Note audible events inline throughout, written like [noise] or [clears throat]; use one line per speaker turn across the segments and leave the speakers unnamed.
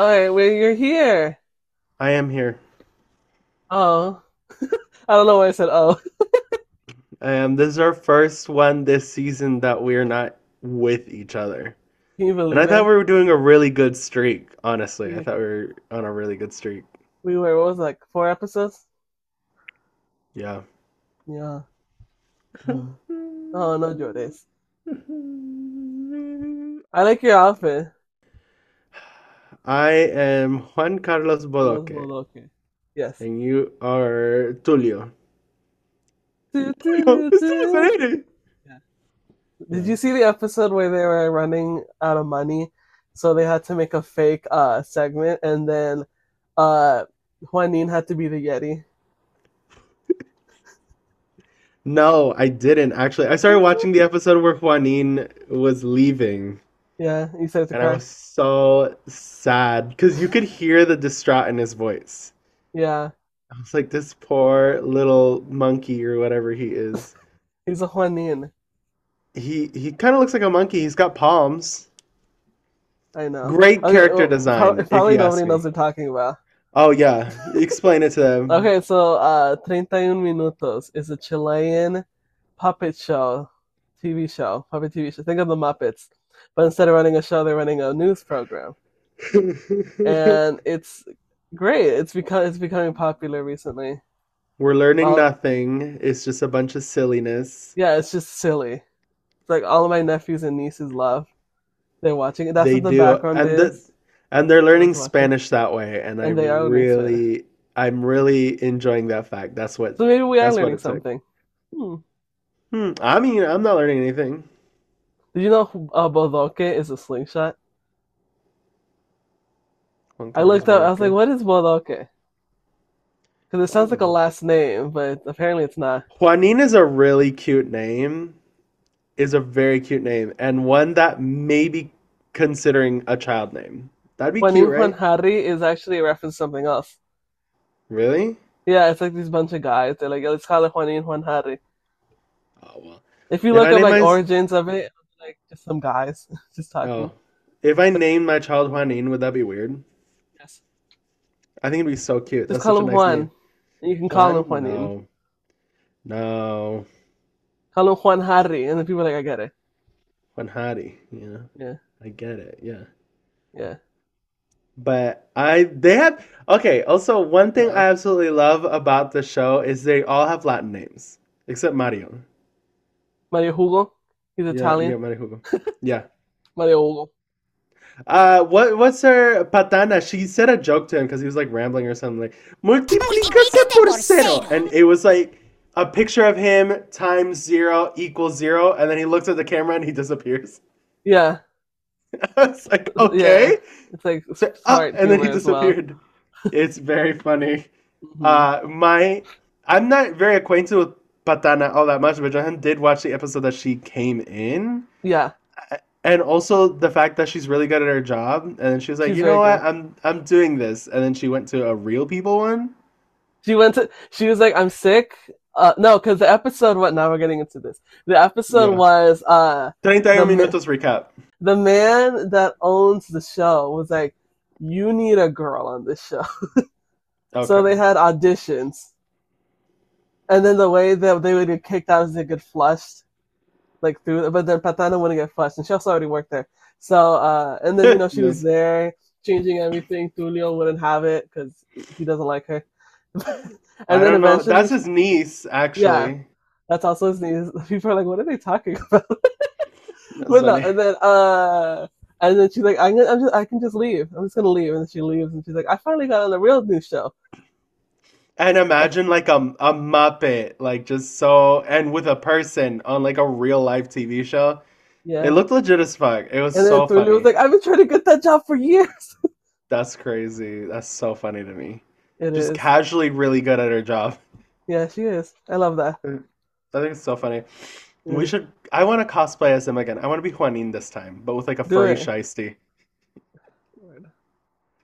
All right, well, you're here.
I am here.
Oh, [laughs] I don't know why I said oh. [laughs]
Um, this is our first one this season that we're not with each other.
Can you believe
And I
it?
thought we were doing a really good streak, honestly. I
Yeah.
thought we were on a really good streak.
we were what was it, like four episodes?
Yeah. [laughs]
Yeah. Oh no, Jordays. I like your outfit.
I am Juan Carlos Bodoque,
Boloke. Yes.
and you are Tulio. [laughs]
Do, do, do, do.
That's
Did you see the episode where they were running out of money, so they had to make a fake uh segment, and then uh Juanin had to be the Yeti.
No, I didn't actually. I started watching the episode where Juanin was leaving,
Yeah, you said to
and I
cry.
was so sad because you could hear the distraught in his voice.
Yeah,
I was like, this poor little monkey or whatever he is.
he's a Juanin.
He he kind of looks like a monkey. He's got palms.
I know.
Great
Oh. [laughs] Okay,
character
well,
design,
prob-
if
Probably
you ask
nobody
me. Mm-hmm.
knows what we're talking about.
Oh yeah, explain it to
[laughs]
them. [laughs]
Okay, so uh, 31 Minutos is a Chilean puppet show, TV show, puppet TV show. Think of the Muppets, but instead of running a show, they're running a news
[laughs]
program, and it's great. It's become it's becoming popular recently.
We're learning
Well-
nothing. It's just a bunch of silliness.
Yeah, it's just silly. It's like all of my nephews and nieces love. They're watching it. That's
They
what the
do,
background
and the-
is.
And they're learning
That's awesome.
Spanish that way, and
And
I
they are learning
really, I'm really enjoying that fact. That's what.
so maybe we are
that's what
learning
it's like.
something. Hmm.
Hmm, I mean, I'm not learning anything.
Did you know uh, Bodoque is a slingshot? I looked up. I was like, "What is Bodoque?" Because it sounds like a last name, but apparently it's not.
Juanin is a really cute name. Is a very cute name, and one that may be considering a child name. That'd be
When
cute,
you
right?
Hari is actually a reference to something else.
Really?
Yeah, it's like these bunch of guys. They're like, "Let's call it Juanin Juan Hari."
Oh well.
If you
Did
look
I
up
name
like
my-
origins of it, it's like just some guys [laughs] just talking.
Oh. If I named my child Juanin, would that be weird?
Yes.
I think it'd be so cute.
Just
That's
call
such a
him
nice
Juan.
name.
And You can call him
Juan?
Juanin.
No. No.
Call him Juan Hari, and then people are like, "I get it."
Juan Hari, you know?
Yeah.
I get it, yeah.
Yeah.
But I they had okay, also one thing I absolutely love about the show is they all have Latin names. Except Mario.
Mario Hugo. He's
Yeah,
Italian.
yeah, Mario Hugo. [laughs] Yeah.
Mario Hugo.
Uh, what what's her patana? She said a joke to him because he was like rambling or something like multiplicate por cero, and it was like a picture of him times zero equals zero, and then he looks at the camera and he disappears. [laughs]
Yeah.
I was like, okay,
It's like
So-
smart
ah, and then he
humor as well. [laughs]
disappeared. It's very funny.
Mhm.
Uh, my I'm not very acquainted with patana all that much, but Johan did watch the episode that she came in.
yeah.
And also the fact that she's really good at her job, and then she was like,
She's
"You
very
know what?
good.
I'm I'm doing this." And then she went to a real people one.
She went to. She was like, "I'm sick." Uh, no, because the episode. What now? We're getting into this. The episode
Yeah.
was uh,
31
The ma-
minutos recap.
the man that owns the show was like, "You need a girl on this show." [laughs] So
Okay.
they had auditions, and then the way that they would get kicked out is they get flushed, like through. But then Patana wouldn't get flushed, and she also already worked there. So uh, and then you
[laughs]
know she was there changing everything. Tulio wouldn't have it because he doesn't like her. [laughs]
I
and then
don't know.
eventually
That's his niece, actually.
Yeah. That's also his news. [laughs] People are like, what are they talking about? [laughs]
That's
but no,
funny.
and then uh, and then she's like, I'm gonna, I'm just, I can just leave. I'm just gonna leave. And then she leaves, and she's like, I finally got on the real news show.
And imagine like a a Muppet, like just so, and with a person on like a real life TV show.
Yeah.
It looked legit as fuck. It was
and then
so
Thulu
funny.
was like, I've been trying to get that job for years. [laughs]
That's crazy. That's so funny to me.
It is.
Just casually really good at her job. [laughs]
yeah, she is. I love that.
I think it's so funny.
Yeah.
We should. I want to cosplay as him again. I want to be Juanin this time, but with like a
Do
furry
it.
shiesty.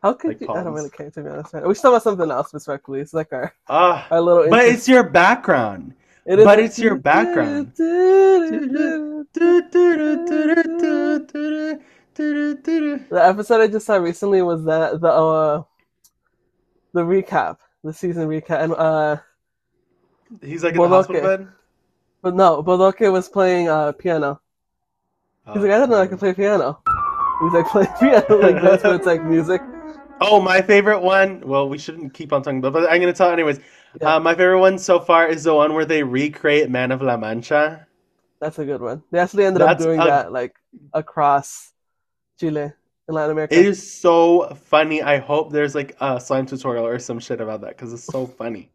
How could
Like
you? I don't
palms.
really care to be honest. Right? We should talk about something else, respectfully. It's like our,
Ah,
our little.
but
inter-
it's your background.
it is-
but it's your background.
[laughs] The episode I just saw recently was that the uh, the recap, the season recap, and uh,
He's like in
Well,
the hospital
okay.
bed.
but no, Bodoke was playing uh piano. He's like, I don't know,
Oh,
I can play piano. He's like playing [laughs] piano, like that's what it's like music.
Oh, my favorite one. Well, we shouldn't keep on talking about, but I'm gonna tell anyways.
Yeah.
Uh, my favorite one so far is the one where they recreate Man of La Mancha.
That's a good one. They actually ended up
That's
doing
a-
that like across Chile in Latin America.
It is so funny. I hope there's like a slime tutorial or some shit about that because it's so funny.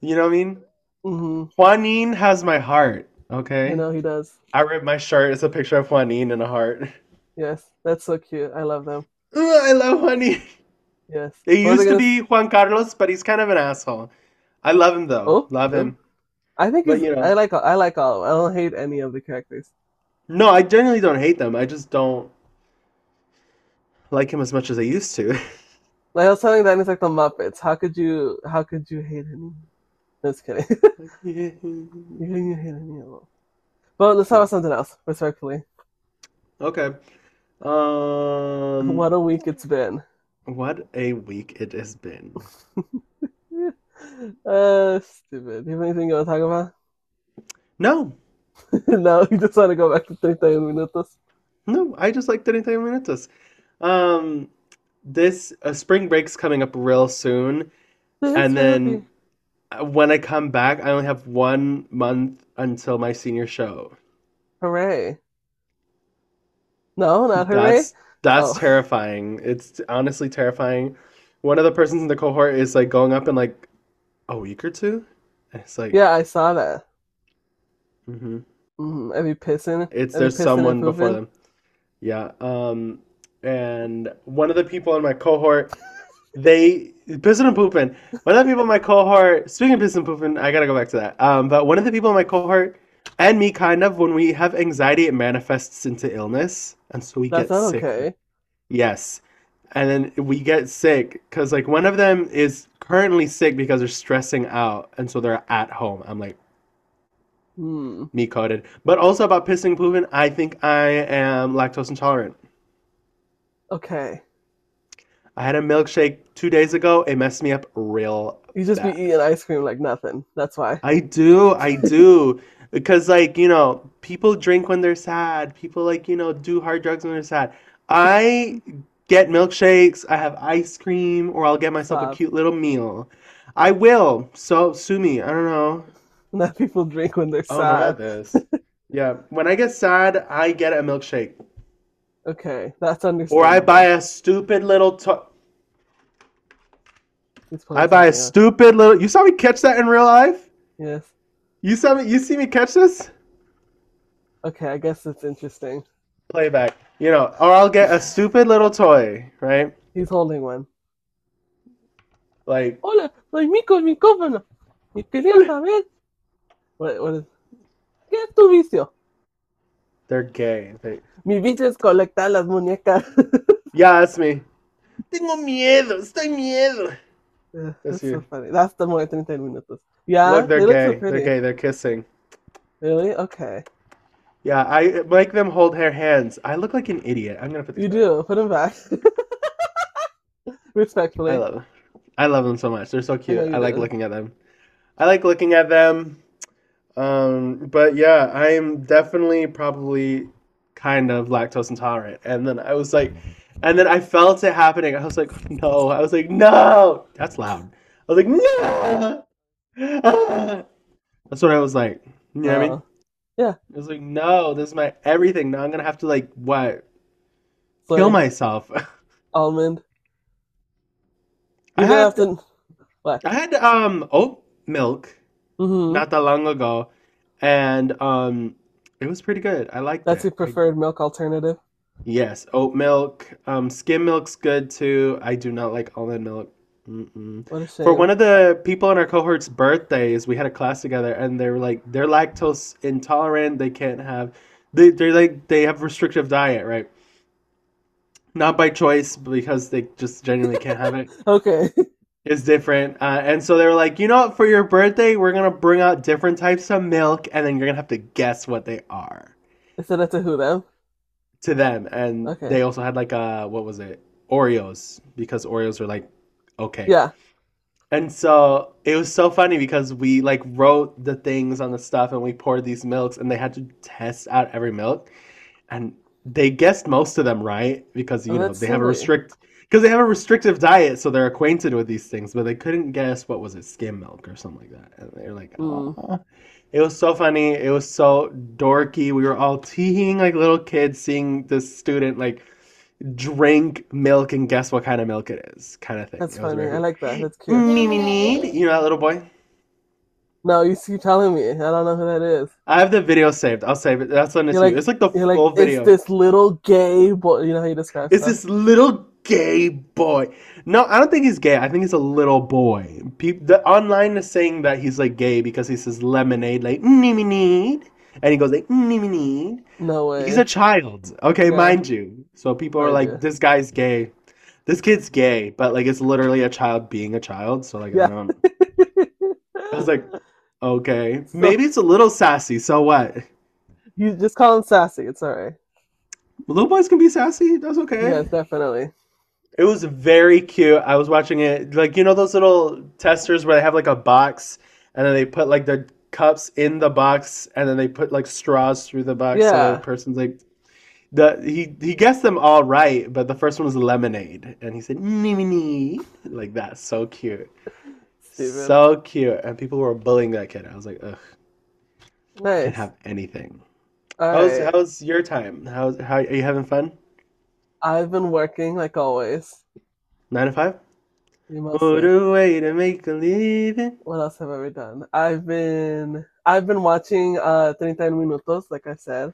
You know what I mean?
hmm
Juanin has my heart.
I
Okay.
know he does.
I ripped my shirt. It's a picture of Juanin and a heart. [laughs]
Yes, that's so cute. I love them.
Ooh, I love Juanin.
Yes. What
It
are they
used to
gonna-
be Juan Carlos, but he's kind of an asshole. I love him though.
Oh,
love him.
I think
But,
it's-
you know.
I like all- I like all. of them. I don't hate any of the characters.
No, I generally don't hate them. I just don't like him as much as I used to. [laughs]
Like I was telling Danny, it's like the Muppets. How could you? How could you hate any? Just kidding. [laughs] you couldn't hate any of them. But let's talk about something else, respectfully.
okay. Um,
What a week it's been.
what a week it has been.
Uh, stupid. Do you have anything you want to talk about? [laughs]
No,
no, you just want to go back to 30 minutos.
no, I just like 30 minutos. Um, this uh, spring break's coming up real soon. and then uh, when I come back, I only have one month until my senior show.
hooray! No, not hooray.
That's that's
Oh.
terrifying. It's honestly terrifying. One of the persons in the cohort is like going up in like a week or two. And it's like,
Yeah, I saw that.
mhm.
Mm-hmm. I'd be pissing.
It's
I'd be
there's
pissing and
someone before
pooping.
them. Yeah. Um, and one of the people in my cohort, they pissing and pooping. One of the people in my cohort, speaking of pissing and pooping, I gotta go back to that. Um, but one of the people in my cohort and me, kind of, when we have anxiety, it manifests into illness, and so we
That's
get
not
sick.
okay.
Yes. And then we get sick because like one of them is currently sick because they're stressing out, and so they're at home. I'm like,
Hmm.
me coded. But also about pissing pooping, I think I am lactose intolerant.
Okay.
I had a milkshake two days ago. It messed me up real
You just
bad.
be eating ice cream like nothing. That's why. [laughs]
I do, I do. Because like, you know, people drink when they're sad. People like, you know, do hard drugs when they're sad. I get milkshakes, I have ice cream, or I'll get myself a
Stop.
cute little meal. I will. So sue me. I don't know.
Not people drink when they're
I don't know about
sad.
this. Yeah. When I get sad, I get a milkshake.
Okay, that's
Or
understandable.
I buy a stupid little to-
He's pulling
I buy a
something
stupid little. You saw me catch that in real life.
up. Yes.
You saw me. You see me catch this
Okay, I guess it's interesting.
playback. You know, or I'll get a stupid little toy, right?
He's holding one.
Like
Hola, soy Mico, mi cómano. Y quería saber. What, what is. ¿Qué es tu vicio?
they're gay. They-
Mi vicio es colectar las
[laughs]
muñecas.
yeah, that's me. Tengo miedo. Estoy miedo.
Ugh,
That's
That's
you.
so funny. That's the more 30 minutos. Yeah,
Look, they're
they look so
gay.
pretty.
they're gay. They're kissing.
Really? Okay.
Yeah, I make them hold their hands. I look like an idiot. I'm gonna put. These
You
back.
do. Put them back. [laughs] Respectfully.
I love them. I love them so much. They're so cute.
know you
I like
do.
looking at them. I like looking at them. Um, but yeah, I am definitely probably kind of lactose intolerant. And then I was like, and then I felt it happening. I was like, no. I was like, no. That's loud. I was like, no. [laughs] Ah. That's what I was like. You know what I mean?
Uh,
I was like, no, this is my everything. Now I'm gonna have to like what?
so
Kill myself. [laughs]
almond.
I
You don't
had-
have to. What?
I had um oat milk.
hmm
not that long ago, and um, it was pretty good. I liked
That's
it.
your preferred milk alternative.
I- yes, oat milk, um, skim milk's good too. I do not like almond milk. Mm-mm.
What a shame.
For one of the people in our cohort's birthdays, we had a class together, and they were like, they're lactose intolerant. They can't have, they they're like they have restrictive diet, right? not by choice because they just genuinely can't have it.
Okay. [laughs]
It's different, uh, and so they were like, you know what? For your birthday, we're gonna bring out different types of milk, and then you're gonna have to guess what they are
So that's a who them?
to them. And
Okay.
they also had like uh what was it? Oreos because Oreos are like okay.
Yeah.
And so it was so funny because we like wrote the things on the stuff and we poured these milks and they had to test out every milk. And they guessed most of them right because you
Oh,
know
that's
they have a
silly.
restrict because they have a restrictive diet, so they're acquainted with these things, but they couldn't guess what was it, skim milk or something like that. And they were like,
Mm.
"Aw." It was so funny. It was so dorky. We were all teeing like little kids seeing this student like drink milk and guess what kind of milk it is, kind of thing.
That's
It was
funny.
very
I
Mm.
like that. That's cute.
me, me, need. You know that little boy?
No, you keep telling me. I don't know who that is.
I have the video saved. I'll save it. That's on
You're
it's
like-
It's like the
You're like,
full video.
it's this little gay boy. You know how you describe
It's
stuff?
this little gay boy. No, I don't think he's gay. I think he's a little boy. People, the online is saying that he's like gay because he says lemonade, like "Mm, me, me, need. And he goes like "Mm, me, me, need.
No way. [gasps]
He's a child, okay,
Yeah.
mind you. So people are
Mind
like,
you.
this guy's gay. This kid's gay, but like it's literally a child being a child. So like,
Yeah.
I don't. I was
[laughs]
like, okay, maybe it's a little sassy. So what?
You just call him sassy. It's all right.
Little boys can be sassy. That's okay.
Yes, definitely.
It was very cute. I was watching it, like you know those little testers where they have like a box, and then they put like the cups in the box, and then they put like straws through the box. So
Yeah.
the person's like, the he he guessed them all right, but the first one was lemonade, and he said lemonade like that. So cute,
Stupid.
so cute, and people were bullying that kid. I was like, ugh,
nice.
can't have anything.
All
How's
right.
how's your time? How's how are you having fun?
I've been working like always.
Nine to five.
You must
What
say.
a way to make a living.
What else have I ever done? I've been I've been watching uh 30 Minutos, like I said.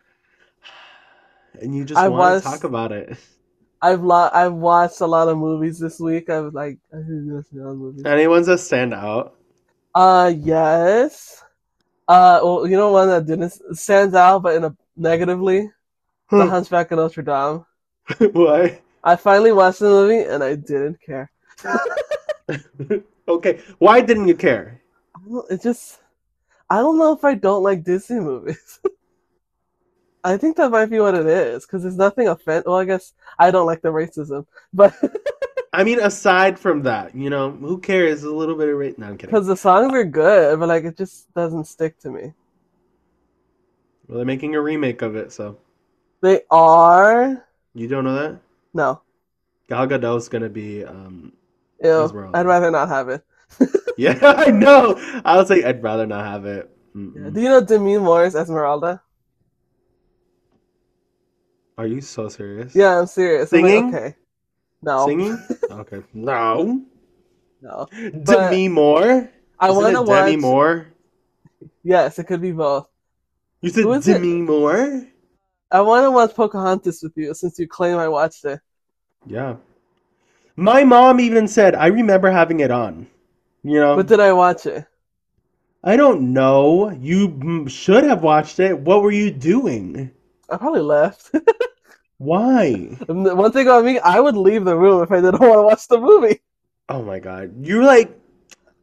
and you just
I
want
was-
to talk about it. [laughs]
I've lo- I've watched a lot of movies this week. I was like, [laughs] I should watch a lot of movies.
Any ones that stand out? [laughs]
Uh, yes. Uh, well, you know one that didn't stands out, but in a negatively, The
Huh.
Hunchback of Notre Dame.
Why?
I finally watched the movie and I didn't care.
Okay, why didn't you care?
I don't- It just, I don't know if I don't like Disney [laughs] movies. I think that might be what it is, because there's nothing offend. Well, I guess I don't like the racism, [laughs] but
I mean, aside from that, you know, who cares? A little bit of rate. No, I'm kidding.
because the songs are good, but like it just doesn't stick to me.
Well, they're making a remake of it, so
They are
you don't know that
no,
Gal Gadot's gonna be. um [laughs] Those were
ew.
all
I'd
good.
rather not have it.
Yeah, [laughs] I know. I was like, I'd rather not have it. Mm-mm.
Do you know Demi Moore's Esmeralda?
Are you so serious?
Yeah, I'm serious. I'm like,
Singing?
okay, no, [laughs]
Singing? Okay. No.
no.
Demi Moore.
I
Isn't
want to
it Demi
watch.
Moore.
Yes, it could be both.
You said
Who is it?
Demi Moore.
I want to watch Pocahontas with you since you claim I watched it.
Yeah. My mom even said, I remember having it on. You know,
But did I watch it?
I don't know. You mm, should have watched it. What were you doing?
I probably left. [laughs]
Why?
One thing about me, I would leave the room if I didn't [laughs] want to watch the movie.
Oh my God. You're like,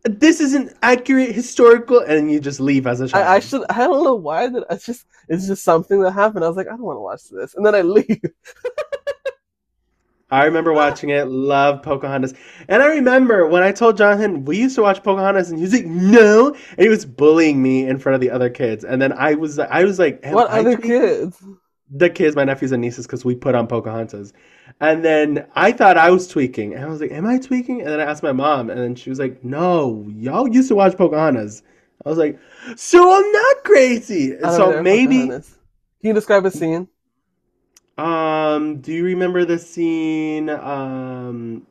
this isn't accurate historical, and you just leave as a child.
I, I should. I don't know why. That it's just it's just something that happened. I was like, I don't want to watch this, and then I [laughs] leave.
I remember watching it, love Pocahontas. And I remember when I told Jonathan we used to watch Pocahontas and he was like, No and he was bullying me in front of the other kids. And then I was I was like, am
what
I
other
tweaking?
kids?
the kids, my nephews and nieces, because we put on Pocahontas. And then I thought I was tweaking. And I was like, Am I tweaking? And then I asked my mom, and then she was like, No, y'all used to watch Pocahontas. I was like, So I'm not crazy.
I don't
So
remember
maybe
Pocahontas. Can you describe a scene?
um do you remember the scene um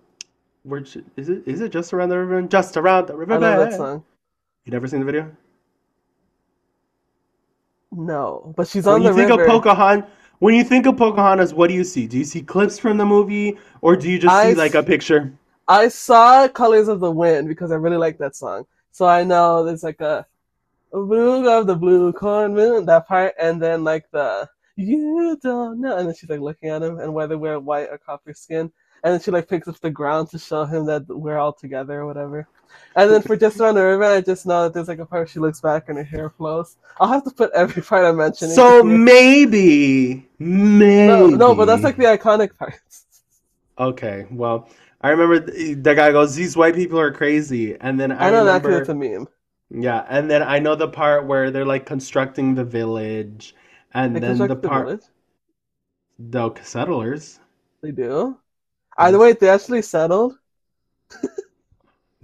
where she- is it is it just around the river? Just around the river.
I love that song.
You never seen the video?
No, but she's
When
on
you
the
think
river.
of Pocahontas, when you think of Pocahontas, what do you see? Do you see clips from the movie, or do you just
I
see like a picture?
I saw Colors of the Wind because I really like that song. So I know there's like a, a blue of the blue corn moon, that part, and then like the you don't know. And then she's like looking at him and whether we're white or copper skin. And then she like picks up the ground to show him that we're all together or whatever. And then for just around the river, I just know that there's like a part where she looks back and her hair flows. I'll have to put every [laughs] part I mention. in
So
here.
maybe, maybe.
no, no, but that's like the iconic parts.
Okay, well, I remember th- the guy goes, "These white people are crazy," and then I,
I, know that
remember,
'cause it's a meme.
yeah, and then I know the part where they're like constructing the village, and
They
then the
construct the
part
village.
the settlers.
They do. Either way, they actually settled.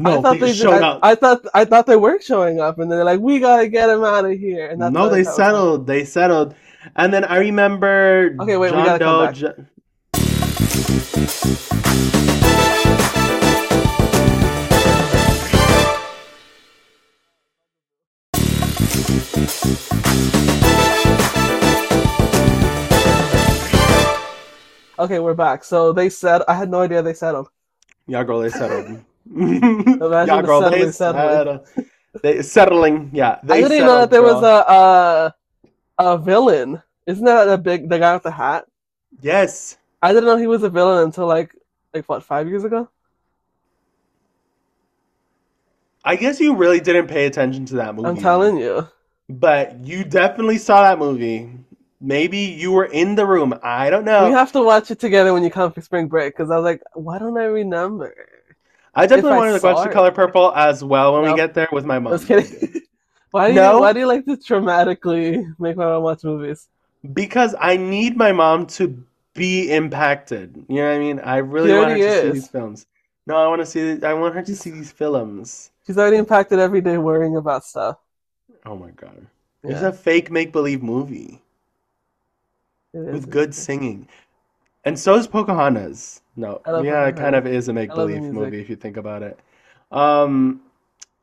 No,
I thought
they showed
I,
up.
I thought I thought they were showing up, and they're like, "We gotta get him out of here." And that's
No,
what I
they
thought was
settled. They settled, and then I remember
Okay, wait, we
John
gotta come
Doe.
back.
Jo-
Okay, we're back. So they said I had no idea they settled.
Yeah, girl,
[laughs]
they settled. [laughs] Yeah,
the
girl, they
settling, settling.
settled. They settling. Yeah,
I
they
didn't even know that
settled,
there was
girl.
a, a a villain. Isn't that a big the guy with the hat?
Yes.
I didn't know he was a villain until like like what five years ago.
I guess you really didn't pay attention to that movie.
I'm telling you.
But you definitely saw that movie. Maybe you were in the room. I don't know.
We have to watch it together when you come for spring break because I was like, why don't I remember?
I definitely
if I
wanted to
saw
watch The
it.
Color Purple as well when we
No.
get there with my mom.
Just kidding. [laughs] why do
No.
you why do you like to traumatically make my mom watch movies?
Because I need my mom to be impacted. You know what I mean? I really
She
want her
already
to see
is.
these films. No, I want to see. I want her to see these films.
She's already impacted every day worrying about stuff.
Oh my god! It's
Yeah,
a fake make-believe movie
it is.
with good singing, and so is Pocahontas. No,
I love
yeah, it kind
Pocahontas.
of is a make-believe
music.
movie if you think about it. Um,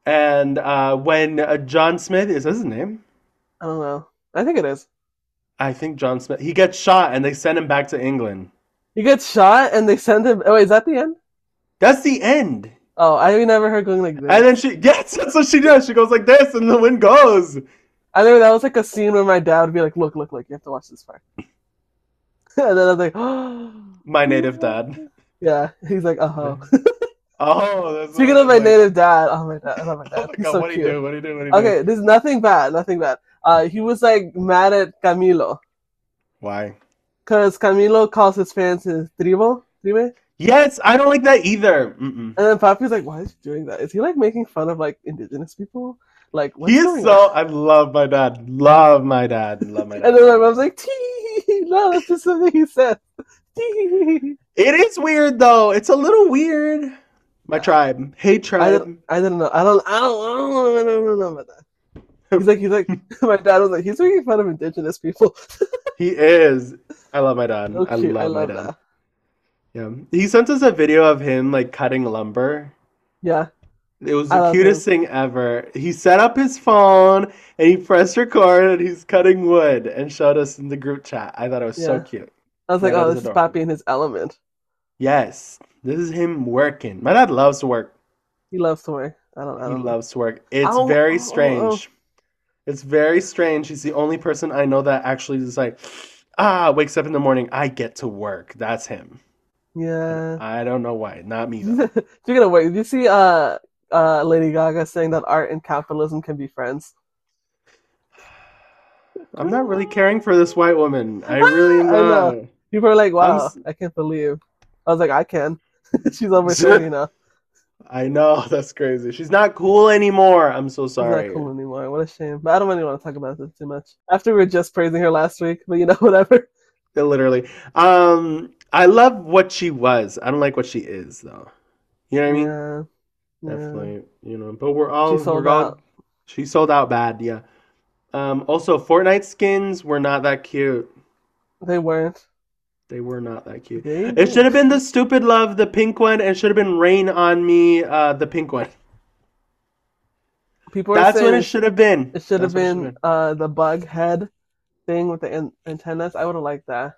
and uh, when uh, John Smith is that his name?
I don't know. I think it is.
I think John Smith. He gets shot and they send him back to England.
He gets shot and they send him. Oh, wait, is that the end?
That's the end.
Oh, I never heard going like this.
And then she, yes, [laughs] that's what she does. She goes like this, and the wind goes.
I remember that was like a scene where my dad would be like, "Look, look, look, you have to watch this part." [laughs] and then I was like, [gasps]
My
[laughs]
native dad.
"Yeah." He's like, "Uh huh."
Oh, that's
[laughs]
what
Speaking
I
of my
was like.
native dad, oh my dad, I love my
Oh [laughs]
dad.
my
He's
god,
so
what do you
cute.
do? What do you do? What do you do?
Okay, there's nothing bad, nothing bad. Uh, he was like mad at Camilo
Why?
because Camilo calls his fans his tribo, tribe,
Yes, I don't like that either. Mm-mm.
and then Papi's like, "Why is he doing that? Is he like making fun of like indigenous people? Like what's
He is
going on?"
so. I love my dad. Love my dad.
[laughs]
Love my dad.
And then my mom's like, tee, no, that's just something he said. Tee.
It is weird though. It's a little weird. My tribe. Hey
I
tribe.
don't, I don't know. I don't, I don't, I don't, I don't know about that. He's like, he's like, [laughs] my dad was like, he's making fun of indigenous
[laughs]
people.
He is. I love my dad.
So
I
cute.
love
I
my
love
dad.
that.
Yeah. He sent us a video of him like cutting lumber.
Yeah.
It was
I
the
love
cutest thing ever. He set up his phone and he pressed record and he's cutting wood and showed us in the group chat. I thought it was so
Yeah.
cute.
I was
My
like,
dad
oh,
is
this is
adorable.
Papi in his element.
Yes. This is him working. My dad loves to work.
He loves to work. I don't, I
He
don't know.
loves to work. It's
Ow,
very
ow, ow, ow.
strange. It's very strange. He's the only person I know that actually is like, ah, wakes up in the morning. I get to work.
[laughs]
That's him.
Yeah.
I don't know why. Not me
[laughs]
though.
Speaking of work, did you see uh, uh, Lady Gaga saying that art and capitalism can be friends?
I'm not really caring for this white woman. I really
[laughs]
am
I know.
not.
People are like, wow,
s-
I can't believe. I was like, I can. [laughs] She's
[laughs]
over 30 now.
I know [laughs] that's crazy. She's not cool anymore. I'm so
It's
sorry.
not cool anymore. What a shame. But I don't really want to talk about this too much. After we were just praising her last week, but you know, [laughs] whatever.
Literally. Um, I love what she was. I don't like what she is though. You know what I mean?
yeah. yeah.
Definitely. You know, but we're all
She sold
we're all
out.
she sold out bad, yeah. Um, also Fortnite skins were not that cute.
They weren't.
They were not that cute.
They
It should have been the stupid love, the pink one, and it should have been rain on me, uh, the pink one.
People were
That's what
saying
it should have been.
it should have
That's what it
been uh, the bug head thing with the an- antennas. I would have liked that.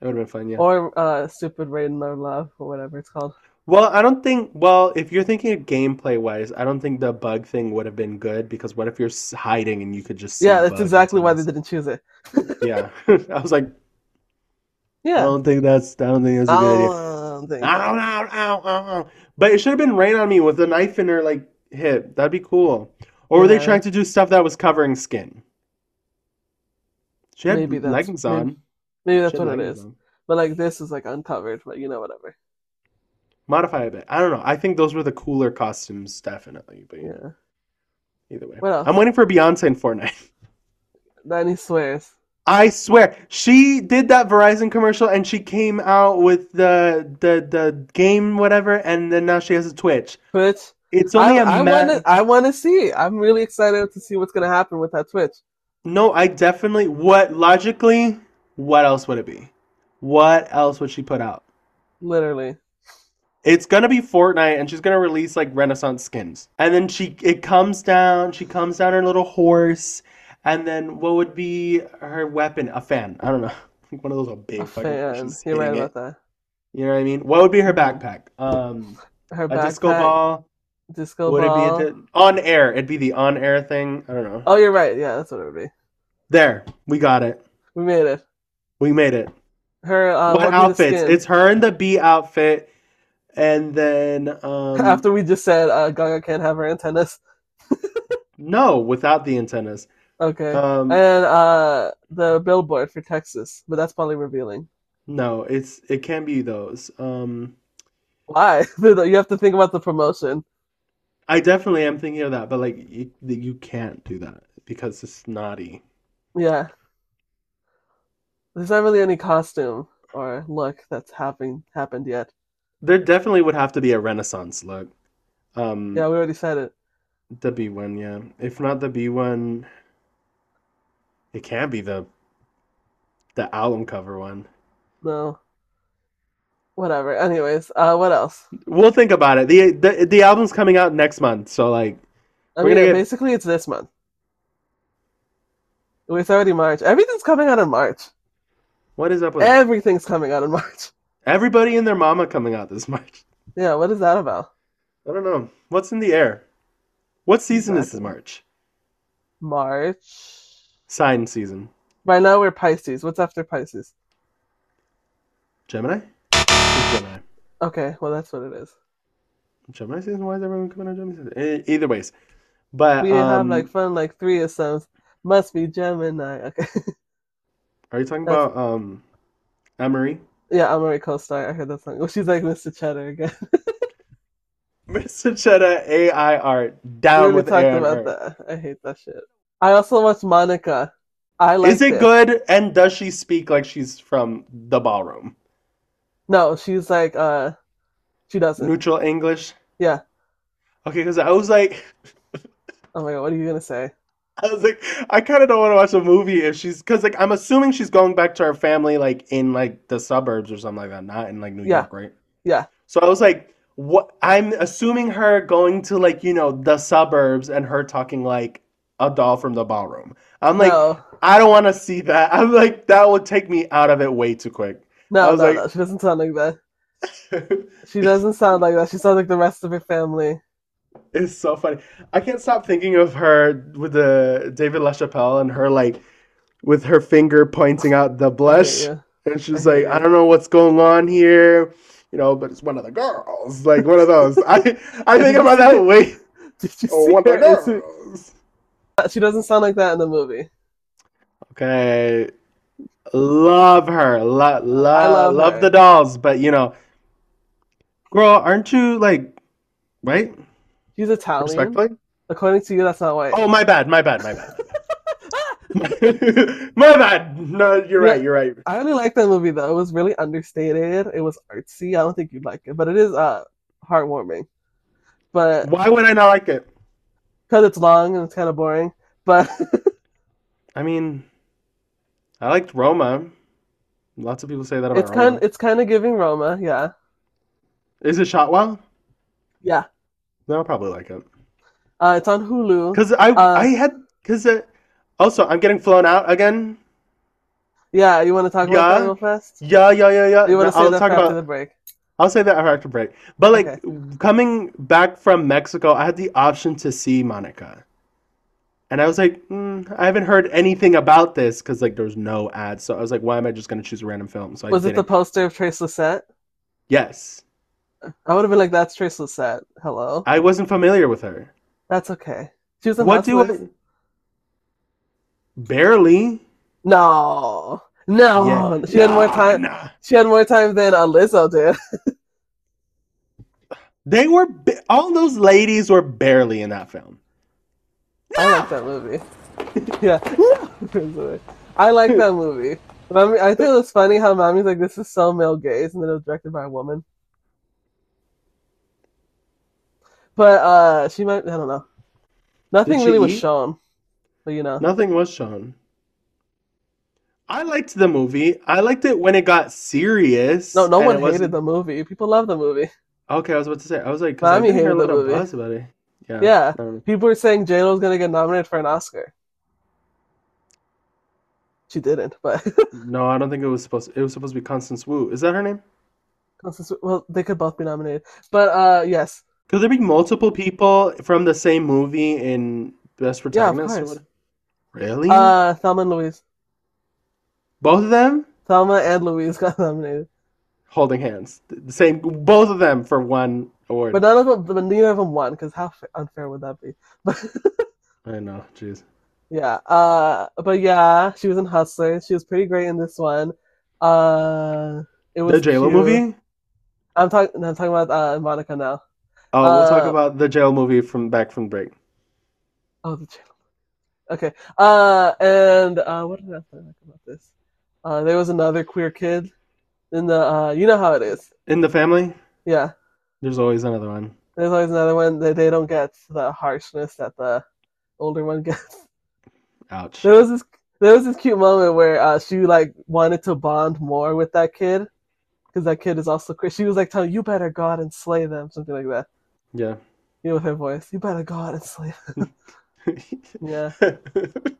It would have been fun, yeah.
Or uh, Stupid Raiden or Love, or whatever it's called.
Well, I don't think. Well, if you're thinking of gameplay wise, I don't think the bug thing would have been good because what if you're s- hiding and you could just see
yeah, that's
bugs
exactly why they
sometimes?
didn't choose it.
Yeah, [laughs] I was like, I
Yeah.
don't think that's. I don't think that's a good idea. Ah,
Um, thing.
Ow, ow, ow, ow, ow. But it should have been rain on me with a knife in her like hip. That'd be cool. Or were they
Yeah.
trying to do stuff that was covering skin? She had
Maybe that's-
leggings on.
maybe- Maybe that's
She had
what it
leggings
is.
on.
But like this is like uncovered, but you know whatever.
Modify a bit. I don't know. I think those were the cooler costumes, definitely. But
Yeah.
either way,
What else?
I'm waiting for Beyonce in Fortnite. [laughs]
Danny swears.
I swear, she did that Verizon commercial, and she came out with the the the game, whatever, and then now she has a Twitch.
Twitch.
It's only a
I, I
ma-
wanna I wanna see. I'm really excited to see what's gonna happen with that Twitch.
No, I definitely. What logically? What else would it be? What else would she put out?
Literally.
It's gonna be Fortnite, and she's gonna release like Renaissance skins, and then she it comes down. She comes down her little horse, and then what would be her weapon? A fan? I don't know. [laughs] One of those are big
A
fucking.
fan.
she's
You're right
hitting it.
about that.
You know what I mean? What would be her backpack? Um,
Her
a
backpack,
disco ball.
disco
would
ball.
it be a di- on air? It'd be the on air thing. I don't know.
oh, you're right. Yeah, that's what it would be.
There, we got it.
We made it.
We made it.
Her uh,
what
would be the
outfits?
skin?
It's her in the B outfit, and then
[laughs]
um,
after we just said uh, Gaga can't have her antennas.
no, without the antennas.
Okay.
Um,
and uh, the billboard for Texas, but that's probably revealing.
no, it's it can be those. Um,
Why? [laughs] you have to think about the promotion.
I definitely am thinking of that, but like you, you can't do that because it's naughty.
Yeah. There's not really any costume or look that's happening happened yet.
There definitely would have to be a Renaissance look. Um,
Yeah, we already said it.
the B one, yeah. If not the B one, it can be the the album cover one.
No. Whatever. Anyways, uh, what else?
We'll think about it. the the The album's coming out next month, so like.
I
We're
mean,
gonna
yeah,
get-
basically, it's this month. It's already March. Everything's coming out in March.
What is up with that?
Everything's coming out in [laughs] March.
Everybody and their mama coming out this [laughs] March.
Yeah, what is that about?
I don't know. What's in the air? What season is this
Exactly.
March?
March.
Sign season.
Right now we're Pisces. What's after Pisces?
Gemini? It's Gemini.
Okay, well that's what it is.
Gemini season? Why is everyone coming out Gemini season? E- Either ways. But
We have
um,
like fun like three of some. Must be Gemini. Okay. [laughs]
are you talking
that's-
about um [laughs] Emery?
yeah, I'm a co-star. I heard that song. [laughs] Well, she's like Mr. Cheddar again. [laughs]
Mr. Chetta A I R
we
down
already
with
talked
A I R.
about that. I hate that shit. I also watched Monica. I like
Is it good? And does she speak like she's from the ballroom?
No, she's like uh she doesn't.
Neutral English?
Yeah.
Okay, because I was like
Oh my god, what are you gonna say?
[laughs] I was like, I kind of don't want to watch a movie if she's because like I'm assuming she's going back to her family like in like the suburbs or something like that, not in like New
Yeah.
York, right?
Yeah.
So I was like, what? I'm assuming her going to like you know the suburbs and her talking like a doll from the ballroom. I'm like,
no,
I don't want to see that. [laughs] I'm like, that would take me out of it way
[laughs]
too quick. I
no,
was
no,
like-
no. She doesn't sound like that. She doesn't sound like that. She sounds like the rest of her family.
It's so funny. I can't stop thinking of her with the David LaChapelle and her like with her finger pointing out the
I hate
blush. [laughs]
you.
And she's
I
like,
hate
I
it.
don't know what's going on here, you know, but it's one of the girls. Like one of those. I I think about [laughs] that way.
Did you
Oh,
see
one of
her? It's-
the girls.
She doesn't sound like that in the movie.
Okay. Love her. Lo- lo-
I love
love
her.
the dolls, but you know. Girl, aren't you like right?
She's Italian.
Respectfully?
According to you, that's not white.
Oh my bad, my bad, my [laughs] bad. my bad. No, you're right, you're right.
I really like that movie though. It was really understated. It was artsy. I don't think you'd like it, but it is uh heartwarming. But
Why would I not like it?
because it's long and it's kind of boring. But
I mean, I liked Roma. Lots of people say that about
[laughs] it's
Roma.
kind it's kind of giving Roma. Yeah,
Is it shot well?
yeah.
No, I'll probably like it.
Uh, it's on Hulu.
Cause I
Uh,
I had cause uh, also I'm getting flown out again.
Yeah, you want to talk about
Yeah.
that real fast?
Yeah, yeah, yeah, yeah.
You want to
I'll
say that
talk
after
about
the break?
I'll say that after break. But like
Okay.
coming back from Mexico, I had the option to see Monica, and I was like, mm, I haven't heard anything about this because like there was no ads. So I was like, why am I just gonna choose a random film? So I
Was it
didn't.
the poster of Trace Lissette?
yes,
I would have been like, that's Trace Lissette. Hello.
I wasn't familiar with her.
That's okay. She was in
what do
Hustlers?
I? Barely.
No. No.
Yeah.
Oh, She had more
Nah,
time.
nah.
She had more time than uh, Lizzo did.
They were ba- all those ladies were barely in that film.
I like
[laughs]
that movie. [laughs] yeah. I like that movie. Mommy, I think it's funny how mommy's like, this is so male gaze, and then it was directed by a woman. But uh she might, I don't know. Nothing
she
really was
eat?
shown. But you know.
Nothing was shown. I liked the movie. I liked it when it got serious.
No, no
and
one
it wasn't-
hated the movie. People love the movie.
Okay, I was about to say. I was like, 'cause I
Mommy
didn't hear a
hated the
little
movie.
buzz about it. Yeah.
Yeah.
um,
People were saying J Lo's gonna get nominated for an Oscar. She didn't, but [laughs]
no, I don't think it was supposed. it was supposed to be Constance Wu. Is that her name?
Constance- well, they could both be nominated. But uh, yes,
Could there be multiple people from the same movie in Best Protagonist? or
course.
what- Really?
uh, Thelma and Louise,
Both of them
Thelma and Louise got nominated,
holding hands. The same. Both of them for one award.
but none of them, but neither of them won. Because how fa- unfair would that be? [laughs] But
I know. Jeez.
yeah, uh, but yeah, she was in Hustler. She was pretty great in this one. Uh, it was
The J Lo
cute.
movie.
I'm talking. I'm talking about uh, Monica now.
Oh, we'll talk
Uh,
about the J Lo movie from back from break.
Oh, the channel. Okay. Uh, and uh, what did I think about this? Uh, there was another queer kid in the. Uh, you know how it is.
In the family,
Yeah.
there's always another one.
There's always another one that they don't get the harshness that the older one [laughs] gets.
Ouch.
There was this. There was this cute moment where uh, she like wanted to bond more with that kid, because that kid is also queer. She was like telling you better go out and slay them, something like that.
Yeah. [laughs]
You know, with her voice, you better go out and slay. Them. Yeah,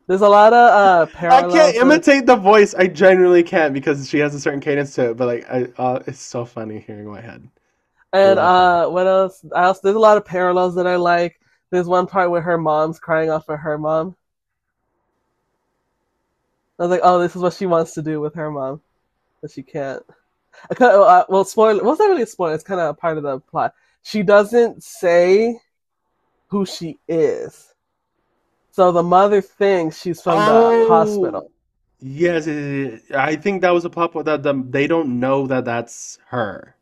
there's a lot of uh,
I
parallels.
can't
to-
imitate the voice. I genuinely can't because she has a certain cadence to it. But like, I, uh, it's so funny hearing my head.
And
Yeah.
uh, what else? I also there's a lot of parallels that I like. There's one part where her mom's crying out for her mom. I was like, oh, this is what she wants to do with her mom, but she can't. I kind of, uh, well, spoiler. Well, it's not really a spoiler. It's kind of a part of the plot. She doesn't say who she is, so the mother thinks she's from
Oh.
the hospital.
Yes, yes, yes, yes. I think that was a pop that the, they don't know that that's her.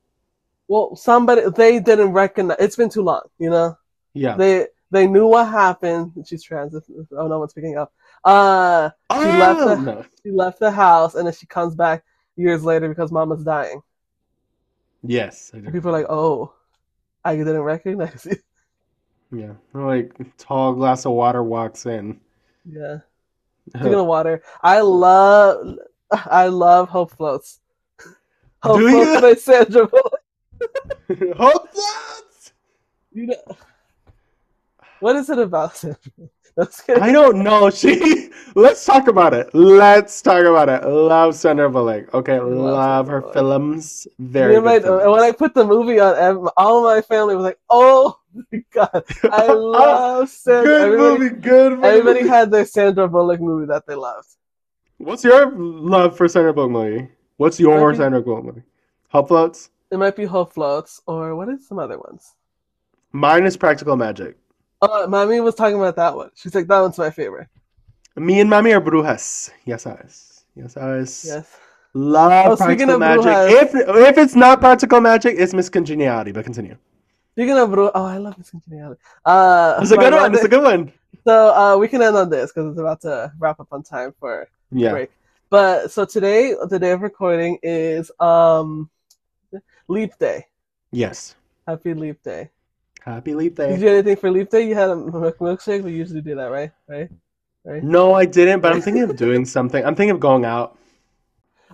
Well, somebody they didn't recognize. It's been too long, you know.
Yeah.
they they knew what happened. She's trans. if- if- Oh, no one's picking up. Uh,
oh,
left the-
no.
she left the house and then she comes back years later because mama's dying.
Yes. I do.
And people are like, "Oh, I didn't recognize you." [laughs]
Yeah. Like tall glass of water walks in.
Yeah. [laughs] Speaking of water, I love I love Hope
[laughs]
Floats. Hope
Do
Floats
you?
by Sandra Bullock.
[laughs] Hope that's-
You know, what is it about Sandra? Bullock? [laughs] No, I'm just kidding.
I don't know. [laughs] She. Let's talk about it. Let's talk about it. Love Sandra Bullock. Okay, love,
Sandra
her
Bullock.
films.
Me
Very
and my-
good films.
when I put the movie on, ev- all my family was like, "Oh my god,
[laughs]
I
Oh,
love Sandra."
good
everybody,
movie. Good movie.
everybody had their Sandra Bullock movie that they loved.
What's your love for Sandra Bullock movie? What's your
Nothing.
Sandra Bullock movie? Hot Floats.
It might be Hope Floats or what is some other ones?
Mine is Practical Magic.
Oh, mommy was talking about that one. She's like, "That one's my favorite."
Me and Mommy are brujas. Yes, I. Yes, I.
Yes.
Love
Oh, speaking
Practical
of
Magic.
brujas-
If if it's not Practical Magic, it's Miss Congeniality. But continue.
Speaking of, Ru- oh, I love Miss Congeniality. Uh,
It's a
my
good one. It's
brother-
a good one.
so uh, we can end on this because it's about to wrap up on time for
Yeah.
break. But so today, the day of recording is um, Leap Day.
Yes.
Happy Leap Day.
Happy Leap
Did
Day.
you do anything for Leap Day? You had a milk- milkshake. We usually do that, right? Right.
No, I didn't. But I'm thinking of doing something. I'm thinking of going out.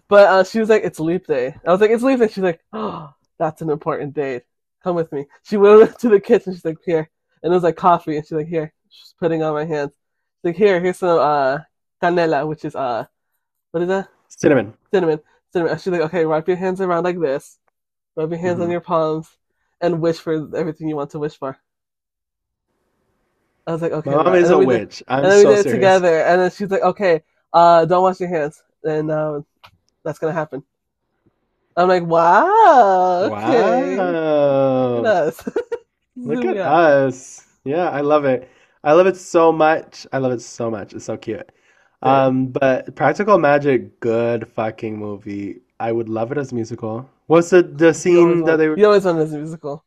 But uh, she was like, "It's leap day." I was like, "It's leap day." She's like, "Oh, that's an important date. Come with me." She went [laughs] to the kitchen. She's like, "Here," and it was like coffee. And she's like, "Here." She's putting on my hands. She's like, "Here, here's some uh canela, which is uh, what is that?
Cinnamon.
Cinnamon, cinnamon." She's like, "Okay, wrap your hands around like this, Rub your hands
Mhm.
on your palms and wish for everything you want to wish for. I was like, okay.
My mom
right.
is
And
a
then we did-
witch. I'm
and then
so
we did it
serious.
together. And then she's like, okay, uh, don't wash your hands. And uh, that's going to happen. I'm like, wow. Okay.
Wow.
Look at
[laughs]
us.
Look
Zoom
at
out.
us. Yeah, I love it. I love it so much. I love it so much. It's so cute.
Yeah.
Um, but Practical Magic, good fucking movie. I would love it as a musical. What's the
You
the
always
scene that
want,
they were
you always want this musical.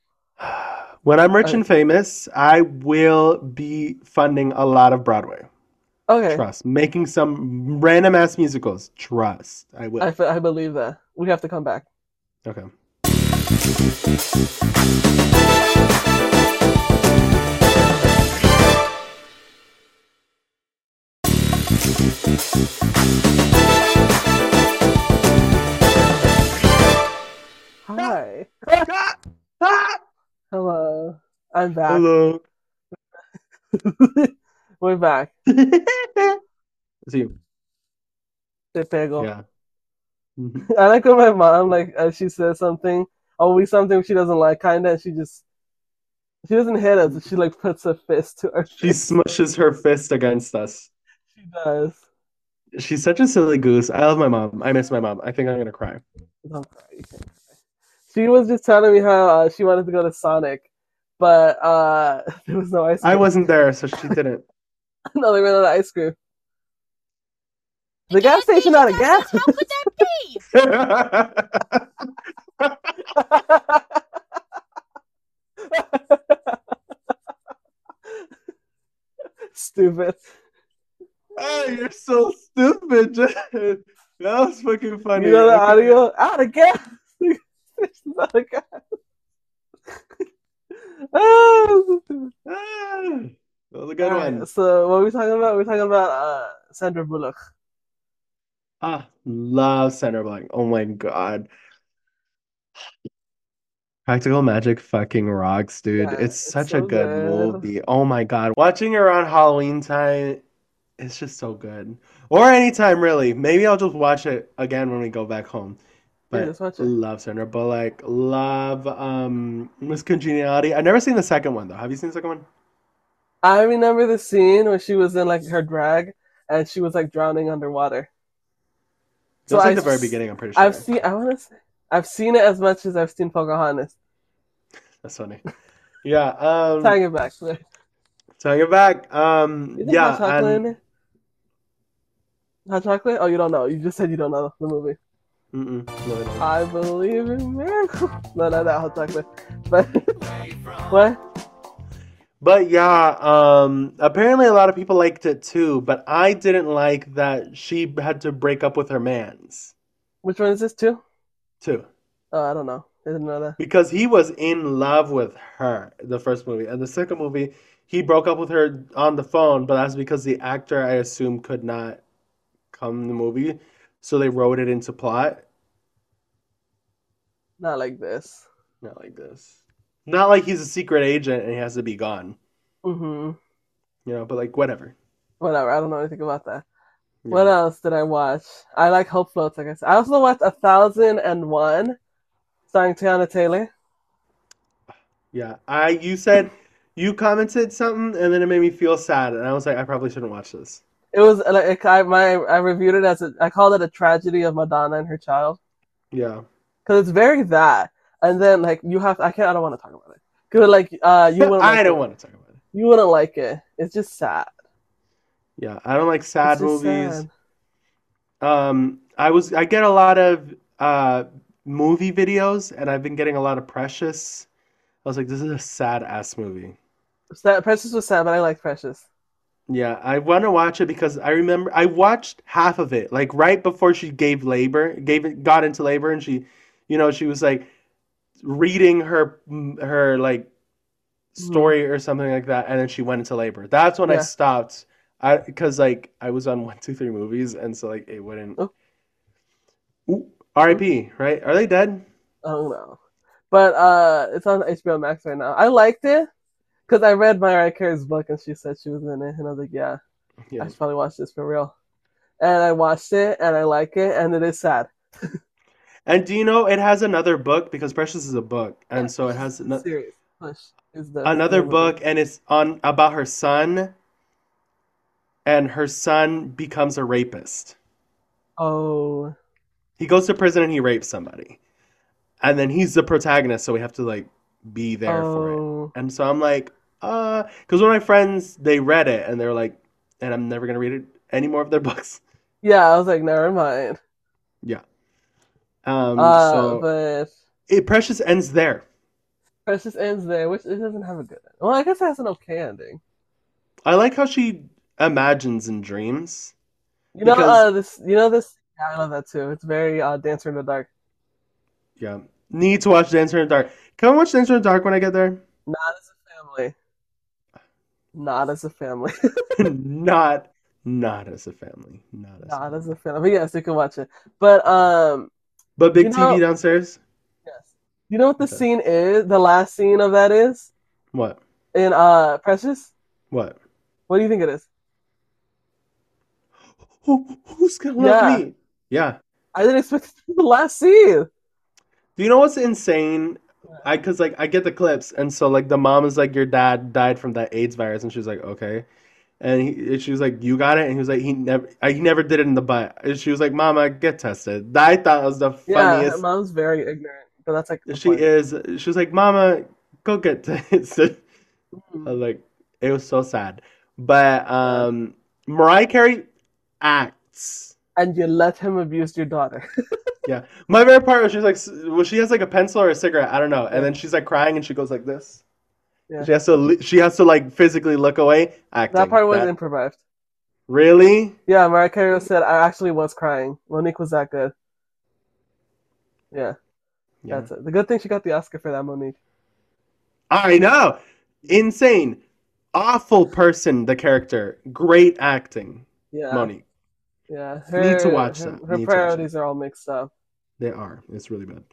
When I'm rich
Okay.
and famous, I will be funding a lot of Broadway.
Okay.
Trust. Making some random ass musicals. Trust. I
I,
will.
fe- I believe that. We have to come back.
Okay.
Hi. [laughs]
Ah! Ah!
Hello. I'm back.
Hello.
We're back.
See,
Te pego.
yeah. [laughs] Mhm.
[laughs] I like when my mom, like, as she says something, always something she doesn't like, kinda, and she just, she doesn't hit us. She, like, puts a fist to our
She smushes her fist against us.
She does.
She's such a silly goose. I love my mom. I miss my mom. I think I'm gonna cry.
Don't cry. You can't cry. She was just telling me how uh, she wanted to go to Sonic, but uh, [laughs] there was no ice cream.
I wasn't there, so she didn't.
[laughs]
[laughs]
no, they ran out of ice cream. The gas station out of gas.
How could that be?
Oh,
[laughs] Stupid.
Oh, you're so stupid. Jen. [laughs] That was fucking funny.
You know the
Okay.
audio? Out of gas. [laughs] out of gas. [laughs] Ah, so stupid.
Ah, that was a good
Alright,
one.
So what are we talking about? We're talking about uh, Sandra Bullock.
Ah, love Sandra Bullock. Oh my god. Practical Magic fucking rocks, dude.
Yeah,
It's
it's
such a
so
good
good.
movie. Oh my god. Watching it around Halloween time, it's just so good. Or anytime really. Maybe I'll just watch it again when we go back home.
Yeah,
But
just watch it.
love Sandra Bullock. Love um Miss Congeniality. I've never seen the second one though. Have you seen the second one?
I remember the scene where she was in like her drag and she was like drowning underwater.
That was
I
like the very
s-
beginning, I'm pretty
I've
sure.
seen. I want to say I've seen it as much as I've seen Pocahontas.
That's funny. Yeah, um
Tying it back. You
so you're back. Um
think
yeah,
hot chocolate
and
in it? Hot chocolate? Oh, you don't know. You just said you don't know the movie.
Mm-mm, no, I don't.
I believe in miracles. [laughs] No, no, not hot chocolate. But [laughs] what?
But yeah, um, apparently a lot of people liked it too, but I didn't like that she had to break up with her mans
Which one is this too?
too,
Oh, I don't know. I didn't know that.
because he was in love with her the first movie, and the second movie he broke up with her on the phone, but that's because the actor I assume could not come in the movie, so they wrote it into plot.
Not like this.
Not like this. Not like he's a secret agent and he has to be gone,
hmm
you know, but like whatever.
Whatever. I don't know anything about that. What
Yeah.
else did I watch? I like Hope Floats, like I said. I also watched A Thousand and One, starring Tiana Taylor.
Yeah, I you said you commented something and then it made me feel sad and I was like I probably shouldn't watch this.
It was uh, like I my I reviewed it as a, I called it a tragedy of Madonna and her child
Yeah.
because it's very that. And then like you have I can't I don't want to talk about it because like uh you wouldn't
[laughs] I
like
don't
it.
want to talk about it.
you wouldn't like it. It's just sad.
Yeah, I don't like
It's
sad
just
movies.
sad.
Um I was I get a lot of uh movie videos and I've been getting a lot of Precious. I was like this is a sad ass movie.
Sad- Precious was sad, but I like Precious.
Yeah, I want to watch it because I remember I watched half of it like right before she gave labor, gave got into labor and she you know, she was like reading her mm, her like story or something like that, and then she went into labor. That's when I
Hmm. Yeah.
stopped. I because like I was on [laughs] one, two, three movies, and so like it wouldn't.
Oh. Hmm.
Ooh, R.I.P. Right? Are they dead?
I don't know, but uh it's on HBO Max right now. I liked it because I read Mariah Carey's book and she said she was in it, and I was like, yeah. I
Yeah.
should probably watch this for real. And I watched it and I like it and it is sad.
And do you know it has another book because Precious is a book, and so it has ano-
Serious. Push is the
another
the-
book, and it's on about her son, and her son becomes a rapist.
Oh,
He goes to prison and he rapes somebody, and then he's the protagonist, so we have to like be there for it.
oh,
And so I'm like, uh, because one of my friends they read it and they're like, and I'm never gonna read it any more of their [laughs] books.
yeah. I was like, never mind.
Um,
uh,
so
but
it Precious ends there.
Precious ends there, which it doesn't have a good. End. Well, I guess it has an okay ending.
I like how she imagines and dreams.
You know,
Because-
uh, this. You know this. Yeah, I love that too. It's very uh, Dancer in the Dark.
Yeah. Need to watch Dancer in the Dark. Can I watch Dancer in the Dark when I get there?
Not as a family. Not as a family.
[laughs] not, not as a family. Not as. a
Not as
family.
a family. But yes, you can watch it. But um,
But big
You
TV
know-
downstairs.
yes. You know what the
Okay.
scene is? The last scene of that is
What?
in uh Precious.
What?
What do you think it is?
Who, who's gonna love
Yeah.
me? Yeah.
I didn't expect it to be the last scene.
Do you know what's insane? I cause like I get the clips, and so like the mom is like, "Your dad died from that AIDS virus," and she's like, "Okay," and, he, and she was like, "You got it," and he was like, "He never, I, he never did it in the butt," and she was like, "Mama, get tested." I thought it was the
Yeah, her
funniest.
mom's very ignorant, but that's like the
she
point.
is. She was like, "Mama, go get [laughs] tested." I
Mhm.
was like, it was so sad, but um, Mariah Carey acts.
and you let him abuse your daughter.
Yeah, my favorite part was she's like, s- well, she has like a pencil or a cigarette, I don't know, and then she's like crying and she goes like this.
Yeah.
She has to. li- She has to like physically look away. Acting.
that part was
That-
improvised.
really.
Yeah, Mariah Carey said I actually was crying. Monique was that good. Yeah,
Yeah.
that's it. The good thing she got the Oscar for that, Monique.
I know. Insane. Awful person. The character. Great acting.
Yeah,
Monique.
yeah.
Need to watch
her,
that.
Her
Need to watch
priorities are all mixed up.
They are. It's really bad.